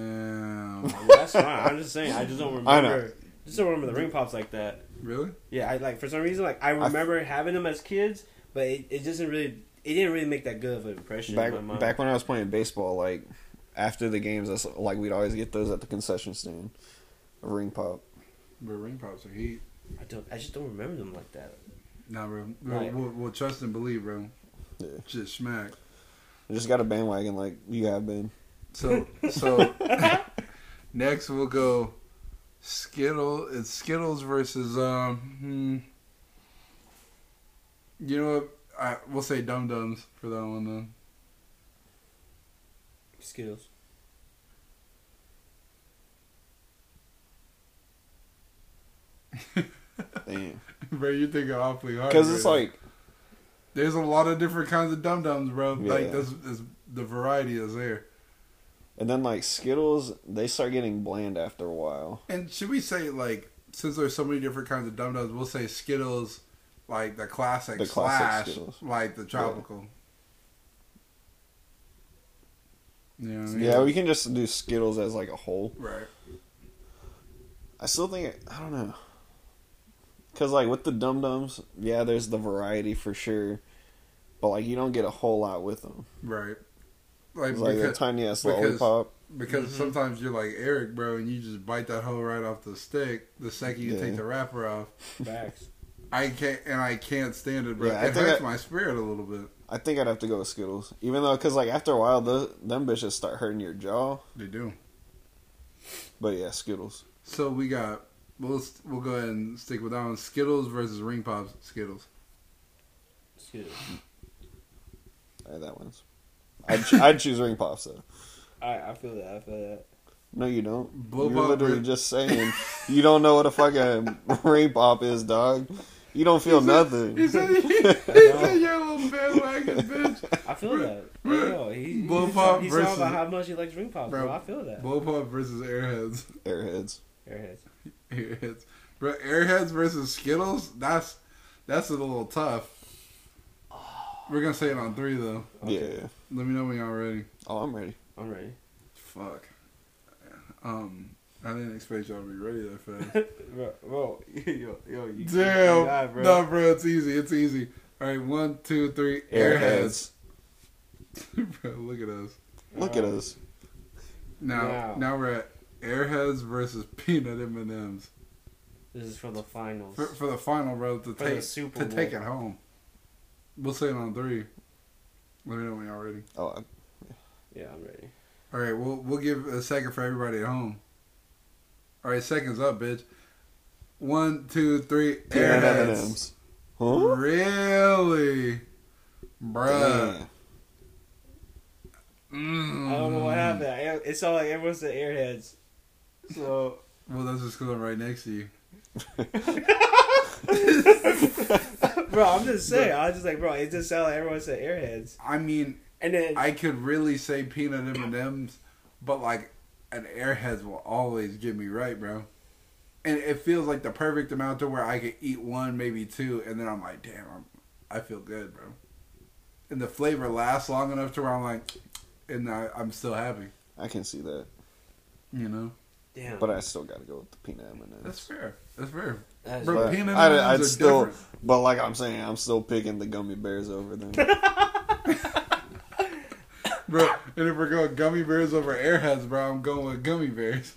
Damn.
That's fine. I'm just saying. I just don't remember.
I
I
know.
Just don't remember the ring pops like that.
really?
Yeah, I like for some reason like I remember having them as kids, but it, it doesn't really it didn't really make that good of an impression
Back
in my mind.
back when I was playing baseball, like after the games, that's like we'd always get those at the concession stand. A ring pop.
But ring pops are heat.
I don't. I just don't remember them like that.
Nah, bro. We'll,
Right.
we'll, we'll trust and believe, bro.
Yeah,
Shit, smack.
I just got a bandwagon like you have been.
So so next we'll go Skittle it's Skittles versus um hmm, you know what I we'll say Dum Dums for that one then.
Skittles.
Damn,
bro, you're thinking awfully hard.
because it's
bro.
like
there's a lot of different kinds of Dum Dums, bro.
Yeah.
Like this is the variety is there.
And then like Skittles, they start getting bland after a while.
And should we say like since there's so many different kinds of Dum Dums, we'll say Skittles like the classic,
The classic
slash
Skittles.
like the tropical. You know what I mean?
Yeah, we can just do Skittles as like a whole.
Right.
I still think I don't know. Cause like with the Dum Dums, yeah, there's the variety for sure, but like you don't get a whole lot with them.
Right. Like,
It's like a Mm-hmm.
because,
tiny ass
because-
lollipop.
because sometimes you're like Eric, bro, and you just bite that hoe right off the stick the second you
Yeah.
take the wrapper off.
Facts.
I can't, and I can't stand it, bro.
Yeah, I
it
think
hurts
I-
my spirit a little bit.
I think I'd have to go with Skittles, even though cause like after a while, the them bitches start hurting your jaw.
They do.
But yeah, Skittles.
So we got we'll we'll go ahead and stick with that one. Skittles versus Ring Pops. Skittles.
Skittles.
Alright, that wins. I'd, ch- I'd choose Ring Pops though.
I I feel that. I feel that.
No, you don't.
Blow
You're
pop,
literally
bro.
just saying you don't know what a fucking ring pop is, dog. You don't feel nothing.
He said, he said "You're a little bandwagon bitch."
I feel that. Yo, he,
Blow
he's,
pop
he's
versus-
talking about how much he likes ring pop. Bro,
Bro.
I feel that.
Blowpop versus Airheads.
Airheads.
Airheads.
Airheads, bro. Airheads versus Skittles. That's that's a little tough. We're gonna say it on three though.
Okay.
Yeah.
Let me know when y'all ready.
Oh, I'm ready.
I'm ready.
Fuck. Um, I didn't expect y'all to be ready that fast.
Bro, bro, yo, yo, you,
Damn.
you got it, bro.
No, bro. It's easy. It's easy. All right, one, two, three. Airheads.
Airheads.
bro, look at us.
Look at us.
Now,
Wow.
now we're at Airheads versus Peanut M and M's
This is for the finals.
for, for the final, bro. To
For the
take
Super
to
Bowl.
take it home. We'll say it on three. Let me know when y'all ready.
Oh, I-
yeah, I'm ready.
All right, we'll we'll give a second for everybody at home. All right, seconds up, bitch. One, two, three.
peanut
Airheads.
M&Ms. Huh?
Really, bruh.
Damn.
Mm.
I don't know what happened. I- It sounded like everyone said airheads. So
Well, that's just because I'm right next to you.
Bro, I'm just saying. I was just like, bro, it just sounded like everyone said airheads.
I mean,
And then
I could really say peanut M and M's, but like an Airheads will always get me right, bro. And it feels like the perfect amount to where I could eat one, maybe two, and then I'm like, damn, I'm, I feel good, bro. And the flavor lasts long enough to where I'm like, and I, I'm still happy,
I can see that,
you know.
damn,
but I still gotta go with the peanut M and
That's
M's.
fair. That's fair.
that's
Bro,
But
peanut
I'd-
M&Ms
I'd
are
still-
different.
But like I'm saying, I'm still picking the gummy bears over them.
Bro, and if we're going gummy bears over airheads, bro, I'm going with gummy bears.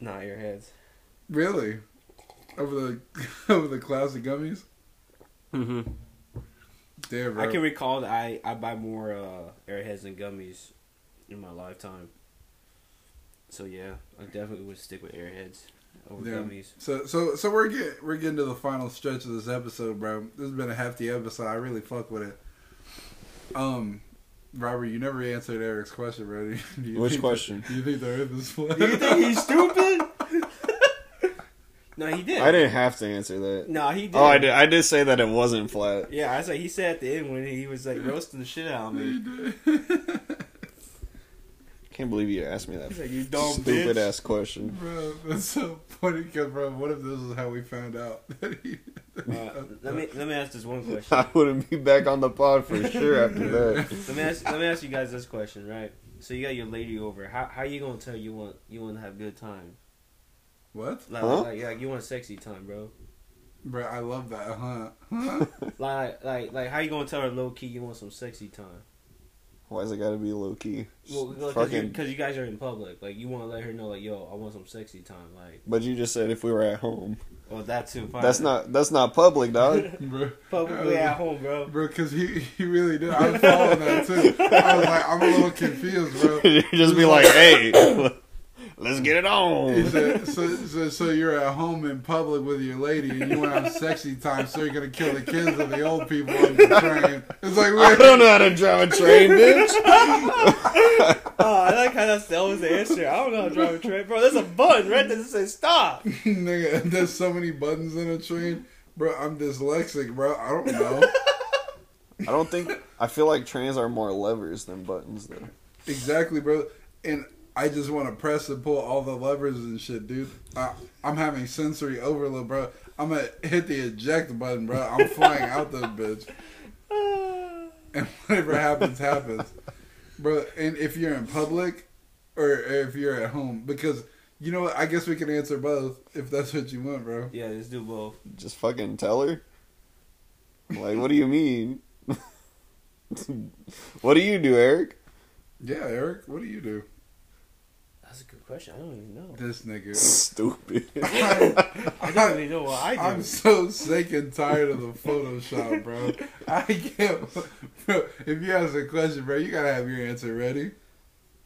not airheads.
Really? Over the over the classic gummies?
Mm-hmm.
Damn, bro.
I can recall that I I buy more uh, airheads and gummies in my lifetime. So yeah, I definitely would stick with airheads over
Yeah.
gummies.
So so so we're get we're getting to the final stretch of this episode, bro. This has been a hefty episode. I really fuck with it. Um, Robert, you never answered Eric's question, bro. Do you
Which
think-
question?
Do you think the Earth is flat?
Do you think he's stupid? no, he did.
I didn't have to answer that.
No, he did.
Oh, I did. I did say that it wasn't flat.
Yeah, I was like, he said at the end when he was like roasting the shit out of me.
Can't believe you asked me that
He's like, you dumb
stupid
bitch.
ass question.
bro, that's so funny. Cause bro, what if this is how we found out that he?
Uh, let me let me ask this one question.
I wouldn't be back on the pod for sure after that.
Let me ask let me ask you guys this question, right? So you got your lady over. How how you gonna tell you want you want to have good time?
What,
Like
Huh?
like, like you want sexy time, bro.
bro? I love that, huh? Huh?
Like like like how you gonna tell her low key you want some sexy time?
Why's it got to be low key?
Well, because
Fucking.
you guys are in public. Like you want to let her know like yo I want some sexy time. Like
But you just said if we were at home.
oh that too. Fine.
That's not. That's not public, dog.
bro,
publicly at home, bro.
bro, because he he really did. I was following that too. I was like, I'm a little confused, bro.
you just be like, hey, let's get it
He
on.
said, so, so, so you're at home in public with your lady and you want to have sexy time, so you're going to kill the kids of the old people on the train. It's like,
I
wait,
don't know how to drive a train, bitch.
Oh, I like how that's that was the answer. I don't know how to drive a train, bro. There's a button right there that says stop.
nigga, there's so many buttons in a train. Bro, I'm dyslexic, bro. I don't know.
I don't think. I feel like trains are more levers than buttons, though.
Exactly, bro. And I just want to press and pull all the levers and shit, dude. I, I'm having sensory overload, bro. I'm going to hit the eject button, bro. I'm flying out this bitch.
Ah.
and whatever happens happens bro and if you're in public or if you're at home because you know what i guess we can answer both if that's what you want bro
yeah, let's do both.
Just fucking tell her. Like, what do you mean? what do you do, Eric?
yeah eric what do you do
That's a good question. I don't even know.
this nigga
Stupid.
I don't really know what I do.
i'm so sick and tired of the photoshop bro i can't bro if you ask a question bro you gotta have your answer ready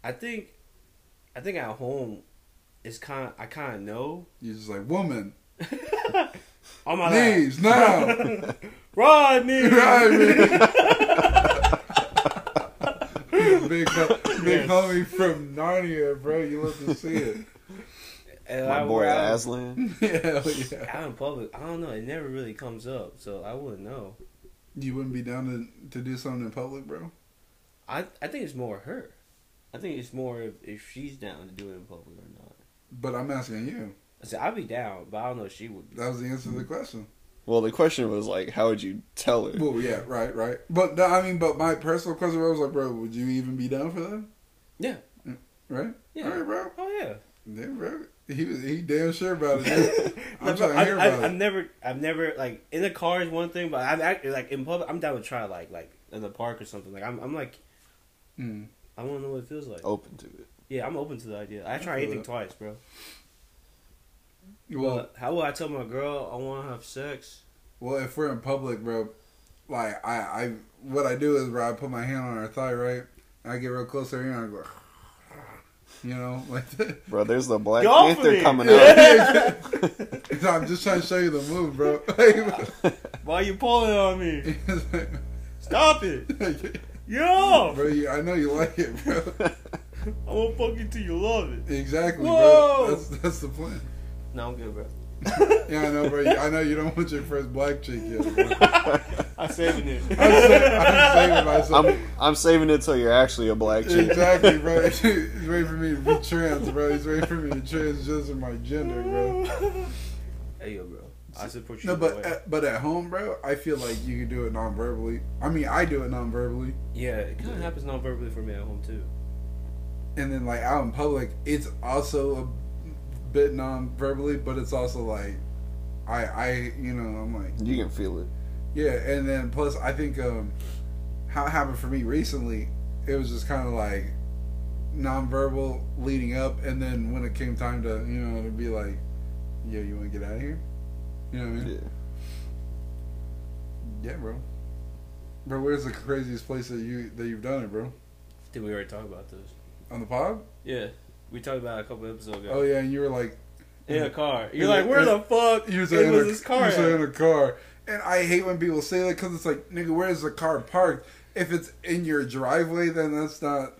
I think, I think at home, it's kind. Of, I kind of know.
you're just like woman
On my lap,
knees now
Rodney.
Right, man. big ho- big
Yes.
homie from Narnia, bro. You love to see it.
And
My
I-
boy
where I-
Aslan.
Hell yeah.
Out in public, I don't know. It never really comes up, so I wouldn't know.
You wouldn't be down to, to do something in public, bro?
I I think it's more her. I think it's more if, if she's down to do it in public or not.
But I'm asking you.
I said I'd be down, but I don't know if she would be.
That was the answer to the question.
Well, the question was like, how would you tell her?
Well, yeah, right, right. But no, I mean, but my personal question was like, bro, would you even be down for that? Mm,
Yeah.
Right?
Yeah.
All right, bro.
Oh yeah.
Yeah, bro. He was he damn sure about it. dude. I'm
Like, bro,
trying to
I-
hear
I-
about
I've
it.
never, I've never like in the car is one thing, but I'm actually like in public. I'm down to try like like in the park or something. Like I'm, I'm like
Mm.
I want to know what it feels like.
Open to it.
Yeah, I'm open to the idea. I try
feel
anything
that.
twice, bro.
Well,
But how will I tell my girl I want to have sex?
Well, if we're in public, bro, like I, I, what I do is, bro, I put my hand on her thigh, right, and I get real close to her, ear and I go, You know, like that.
Bro, there's the Black
Get off of
Panther
me.
coming up.
No, I'm just trying to show you the move, bro.
Why you pulling on me? Stop it. Yo!
bro, you, I know you like it, bro.
I won't fuck you till you love it.
Exactly,
Whoa.
bro. That's that's the plan.
No, I'm good, bro.
Yeah, I know, bro. I know you don't want your first black chick yet. Bro.
I'm saving it.
I'm, sa- I'm saving myself.
I'm I'm saving it till you're actually a black chick.
Exactly, bro. He's waiting for me to be trans, bro. He's waiting for me to transgender my gender, bro.
Hey, yo, bro. I support you.
No, but uh,
either way.
at, but at home, bro, I feel like you can do it non-verbally. I mean, I do it non-verbally,
yeah, it kind of happens non verbally for me at home, too.
and then like out in public, it's also a bit non-verbally, but it's also like, I I you know I'm like
You can feel it.
Yeah, and then plus I think um how it happened for me recently, it was just kind of like nonverbal leading up, and then when it came time to you know to be like, yo, you want to get out of here? You know what I mean?
Yeah.
Yeah, bro. Bro, where's the craziest place that you that you've done it, bro?
Did we already talk about this?
On the pod?
Yeah. We talked about it a couple episodes ago.
Oh yeah, and you were like,
In a car. You're
In
like,
a-
where
in-
the fuck
you
you
was
it
in a,
was this car?
you
at?
said in a car, and I hate when people say that because it's like, nigga, where's the car parked? If it's in your driveway, then that's not.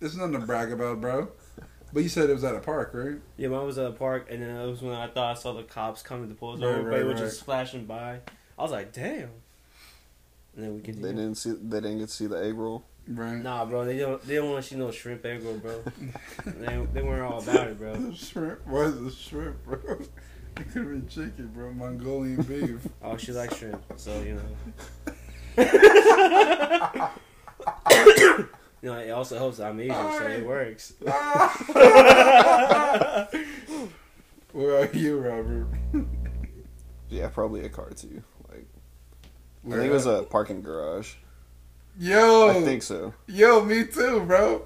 There's nothing to brag about, bro. But you said it was at a park, right?
Yeah, mine was at a park, and then that was when I thought I saw the cops coming to pull us over.
Right,
Everybody
right,
was
right.
just flashing by. I was like, damn. And then we
They
continued.
didn't see. They didn't get to see the egg roll.
Right.
Nah, bro, they don't. They don't want to see no shrimp egg roll, bro. they they weren't all about it, bro.
The shrimp was a shrimp, bro. It could have been chicken, bro. Mongolian beef.
Oh, she likes shrimp, so you know. you know, it also helps that I'm Asian, so it works.
what about you, Robert?
Yeah, probably a car too. Like I think it was a parking garage.
Yo,
I think so.
yo, me too, bro.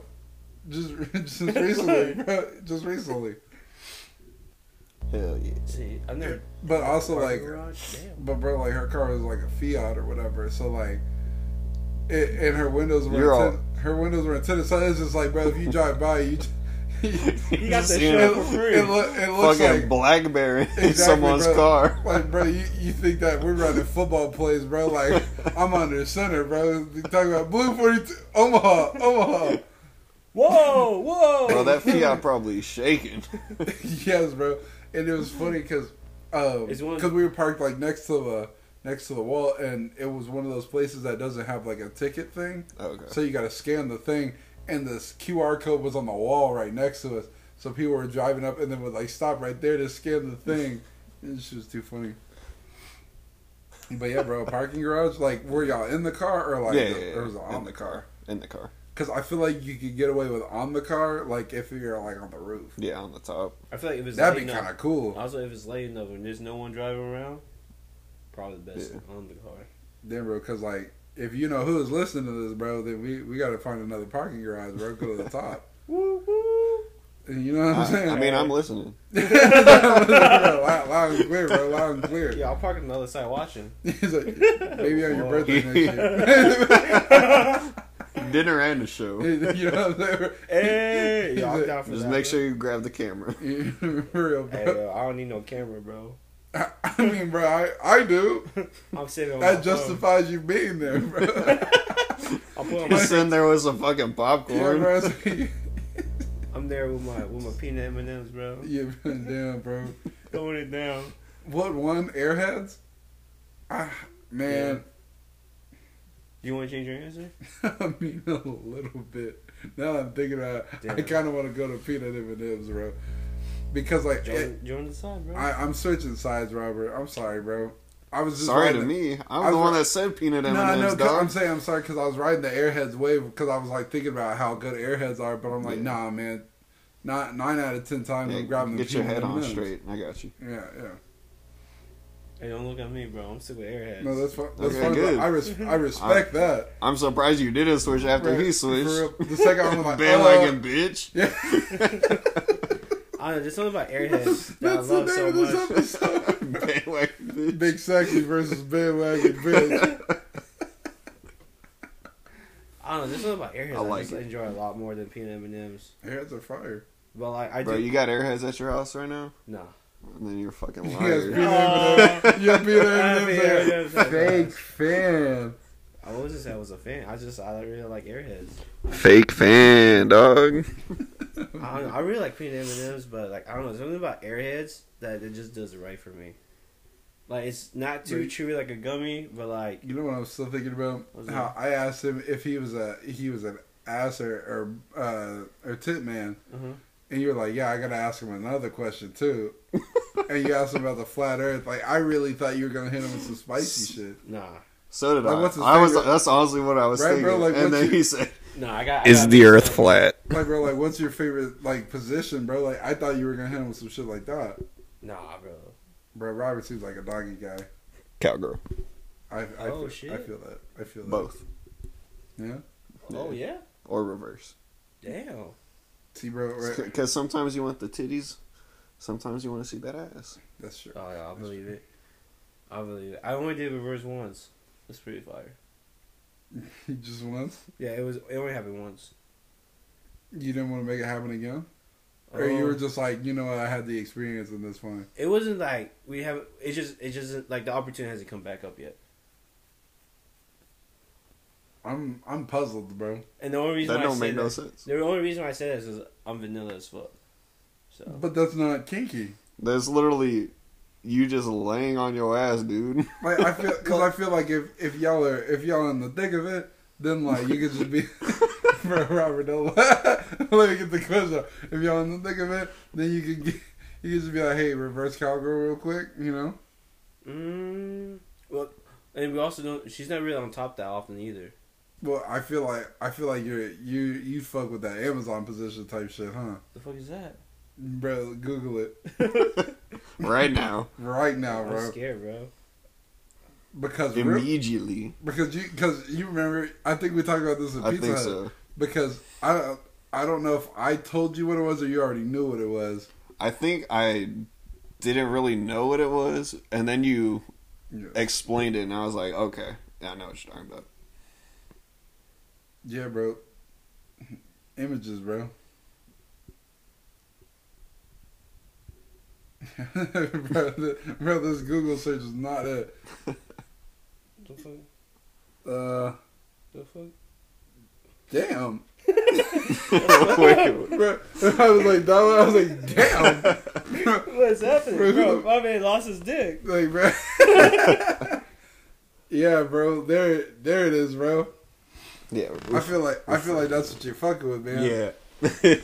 Just, just recently, bro. Just recently.
Hell yeah.
See, I've never
But also, like,
garage. Damn.
But bro, like her car was like a Fiat or whatever, so like, it, and her windows were
You're
tint- her windows were tinted. So it's just like, bro, if you drive by, you just,
You got that
Yeah.
shrimp for free.
it, loo- it looks
Fucking
like,
blackberry in
Exactly,
someone's
bro.
car.
like, bro, you, you think that we're running football plays, bro? Like I'm under center, bro. They talking about blue forty two, Omaha, Omaha.
Whoa, whoa!
Bro, that Fiat probably is shaking.
yes, bro. And it was funny because
It's one of-
we were parked like next to a next to the wall, and it was one of those places that doesn't have like a ticket thing.
Oh, Okay.
So you got to scan the thing, and this QR code was on the wall right next to us. So people were driving up and then would like stop right there to scan the thing. It's just too funny. But yeah, bro, parking garage. Like, were y'all in the car or like,
yeah, yeah,
the-
yeah.
or was it on
in
the car?
In the car.
Because I feel like you could get away with on the car, like if you're like on the roof.
Yeah, on the top.
I feel like if it's
That'd be
late enough-
kind of cool.
Also, if it's late enough and there's no one driving around, probably the best
Yeah.
on the car.
Then, bro, because like if you know who is listening to this, bro, then we we got to find another parking garage, bro. Go to the top.
Woo woo!
And you know what I'm
I,
saying?
I mean, I'm listening.
loud, loud and clear, bro. Loud and clear.
Yeah, I'll park on the other side watching.
He's like, maybe on your
Whoa.
birthday next year.
Dinner and the show.
you know what I'm saying?
Hey,
He's
yo, I'm
like-
down for
Just
that,
make
bro.
sure you grab the camera.
Real,
Hey,
bro.
yo, I don't need no camera, bro.
I, I mean, bro, I, I do.
Oh,
I'm sitting on my
That
phone.
justifies you being there, bro.
I'm, putting on my-
Just in there with some fucking
yeah,
popcorn.
bro. it's like-
I'm there with my with my peanut M and M's, bro.
yeah, bro, damn, bro.
Going it down.
What one? Airheads? Ah, man.
You want to change your answer?
I mean, a little bit. Now that I'm thinking about it, I
Damn.
kind of want to go to peanut M&M's, bro. Because, like,
Join,
it-
join the side, bro.
I, I'm switching sides, Robert. I'm sorry, bro. I was just
Sorry to
riding-
me.
I
I'm the one
was-
that said peanut
No, I know.
M&M's,
'cause I'm
dog.
saying I'm sorry because I was riding the Airheads wave because I was like thinking about how good Airheads are, but I'm like,
Yeah.
nah, man. Not nine out of ten times
Yeah,
I'm grabbing the
get your
peanut
head on
M&Ms.
straight. I got you.
Yeah, yeah.
hey, don't look at me, bro. I'm sick with airheads.
No, that's fine. That's
Okay,
fine.
good.
but I, res- I respect that.
I'm surprised you didn't switch after
Right.
he
For real.
switched.
The second I'm like, oh,
Bandwagon bitch.
Yeah,
I don't know. There's something about airheads that I
that's the
love
name
so
of
much.
this episode.
Bandwagon bitch.
Big sexy versus bandwagon bitch.
I don't know. There's something about airheads
I
I,
like
just
it.
enjoy a lot more than peanut M and M's.
Heads are fire.
But like I
Bro,
do
you got airheads at your house right now?
no.
Then you're a fucking
You guys
liar.
peanut M&Ms. You guys peanut M&Ms.
Oh. I have
Fake
peanut
fan.
I wasn't saying I was a fan. I just I really like airheads.
Fake fan, dog.
I, don't know, I really like peanut M and M's, but like I don't know something about airheads that it just does it right for me. Like it's not too
Right.
chewy like a gummy, but like
You know what I'm still thinking about?
What's
How I asked him if he was a he was an ass or or, uh, or tit man,
uh
and you were like, "Yeah, I gotta ask him another question too." and you asked him about the flat Earth. Like I really thought you were gonna hit him with some spicy shit.
nah,
So did
Like,
I.
what's his
I was.
favorite-
That's honestly what I was
Right,
thinking.
bro, like,
and
what's
then
your-
he said,
nah. I got I
"Is
got uh,
the Earth
upset.
flat?"
Like bro, like what's your favorite like position, bro? Like I thought you were gonna hit him with some shit like that,
Nah, bro.
bro. Robert seems like a doggy guy.
Cowgirl.
I, I,
Oh,
feel,
shit.
I feel that. I feel that.
Both
Yeah.
Oh yeah,
or reverse.
damn. Oh,
See, bro, right?
Because sometimes you want the titties, sometimes you want to see that ass.
That's true.
Oh yeah, I believe it. I believe it. I only did reverse once. That's pretty fire.
He just once.
Yeah, it was. It only happened once.
You didn't want to make it happen again, or you
Um,
were just like, you know, what, I had the experience and that's fine.
It wasn't like we have. It just. It just isn't- like the opportunity hasn't come back up yet.
I'm I'm puzzled, bro.
And the only reason
That
why I
don't
say
make no
that-
sense.
The only reason why I say this is I'm vanilla as fuck. So
But that's not kinky.
There's literally you just laying on your ass, dude.
Like I feel because I feel like if if y'all are if y'all in the thick of it, then like you could just be. bro, Robert, don't laugh. let me get the question. out. If y'all in the thick of it, then you could get. You could just be like, hey, reverse cowgirl real quick, you know?
mm, well, and we also don't. She's not really on top that often either.
Well, I feel like I feel like you're you you fuck with that Amazon position type shit, huh?
The fuck is that?
Bro, Google it
right now,
right now,
I'm
bro.
scared, bro.
Because re-
immediately.
because you because you remember, I think we talked about this in
I
Pizza
think
Hut.
so.
Because I don't- I don't know if I told you what it was or you already knew what it was.
I think I didn't really know what it was, and then you
Yeah,
explained it, and I was like, okay, yeah, I know what you're talking about.
yeah bro. Images, bro. bro, the, bro, this Google search is not it.
The fuck?
Uh,
The fuck?
damn,
Wait,
bro. I was like, that one- I was like, damn,
What's happening,
Bro, who the-
My man lost his dick.
like, bro. yeah, bro. There, there it is, bro.
yeah,
I feel like I feel like that's what you're fucking with, man.
yeah.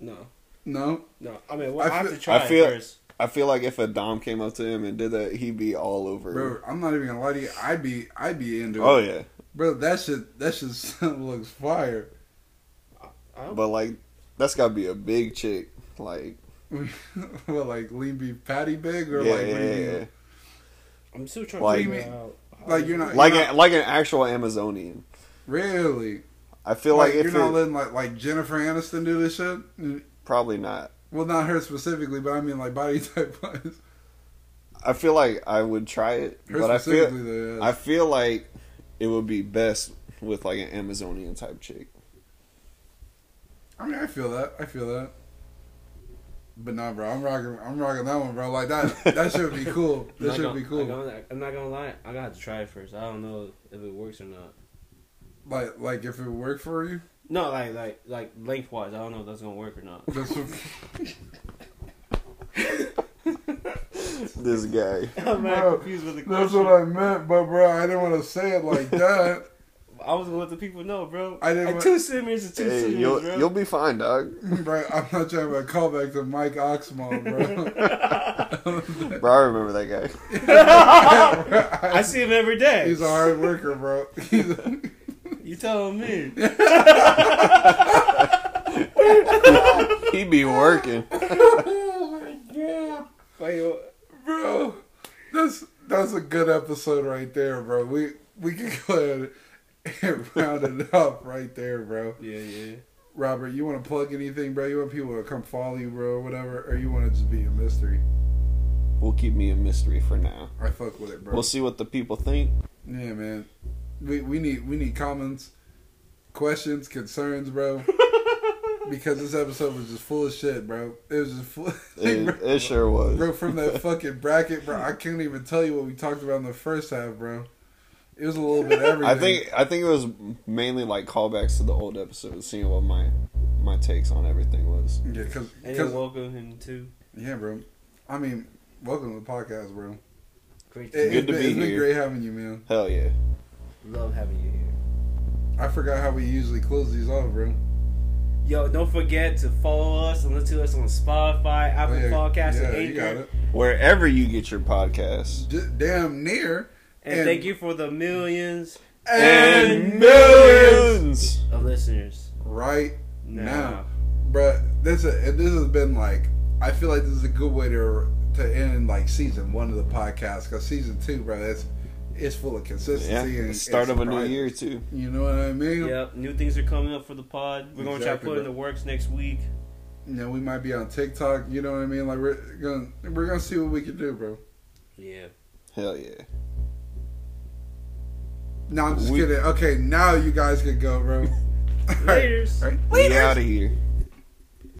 No,
No,
no. I mean, well, I,
I
have
feel-
to try
I feel-
it first.
I feel like if a dom came up to him and did that, he'd be all over.
bro. I'm not even gonna lie to you. I be I be into it.
Oh yeah,
bro. That shit that shit looks fire.
I don't
but like that's gotta be a big chick. Like
well, like lean beef patty big or
yeah,
like
yeah,
what do you
yeah,
mean?
yeah.
I'm still trying
Like-
to figure out. how
Like,
this
you're not-
works.
like a, like an actual Amazonian.
really.
I feel
like
like,
you're
if
not
it-
letting like like Jennifer Aniston do this shit.
probably not.
Well, not her specifically, but I mean like body type wise.
I feel like I would try it,
Her
but I
specifically uh,
feel
though. Yeah.
I feel like it would be best with like an Amazonian type chick.
I mean, I feel that. I feel that. But nah, bro. I'm rocking. I'm rocking that one, bro. Like that. That should be cool.
I'm
That
not
should
gonna-
be
I'm
cool.
not gonna- I'm not gonna lie. I gotta try it first. I don't know if it works or not.
Like, like if it worked for you,
No, like like like lengthwise. I don't know if that's gonna work or not.
that's what,
This guy.
I'm
Bro,
confused with the
that's what I meant. But bro, I didn't want to say it like that.
I was gonna let the people know, bro.
I didn't
And
wa-
two centimeters is two
Hey,
centimeters,
you'll
bro.
you'll be fine, dog.
bro, I'm not trying to call back to Mike Oxmo, bro.
Bro, I remember that guy.
I see him every day.
He's a hard worker, bro. He's a,
you telling me?
He be working.
yeah. Wait, yo,
bro, that's that's a good episode right there, bro. We we can go ahead and round it up right there, bro.
yeah, yeah.
Robert, you want to plug anything, bro? You want people to come follow you, bro, or whatever, or you want to just be a mystery?
Will keep me a mystery for now.
I fuck with it, bro.
We'll see what the people think.
Yeah, man. We we need we need comments, questions, concerns, bro. because this episode was just full of shit, bro. It was just full.
It, it sure was.
bro, from that fucking bracket, bro. I couldn't even tell you what we talked about in the first half, bro. It was a little bit of everything.
I think I think it was mainly like callbacks to the old episodes, seeing what my my takes on everything was.
yeah, cause, 'cause-
And then welcome him to
yeah, bro. I mean, welcome to the podcast, bro.
great.
It,
Good
has
to
been,
be
it's been
here.
great having you, man.
Hell yeah.
Love having you here.
I forgot how we usually close these off, bro.
Yo, don't forget to follow us and listen to us on Spotify, Apple
Oh, yeah,
Podcasts,
yeah,
and
you got
Anchor.
it.
Wherever you get your podcasts.
J- damn near.
And,
And-
thank you for the millions
And millions!
of listeners.
right
Now,
Bruh, this a, this has been like I feel like this is a good way to to end like season one of the podcast because season two, bro, that's it's full of
Yeah.
consistency and
Start
and
of a new
surprise.
year too.
You know what I mean?
yep, new things are coming up for the pod. We're gonna try to
Exactly,
put in
bro.
the works next week.
You know, we might be on TikTok. You know what I mean? Like we're gonna we're gonna see what we can do, bro.
Yeah,
Hell yeah.
No, I'm just
We-
kidding. Okay, now you guys can go, bro. All right.
Laters.
All right.
We out of here.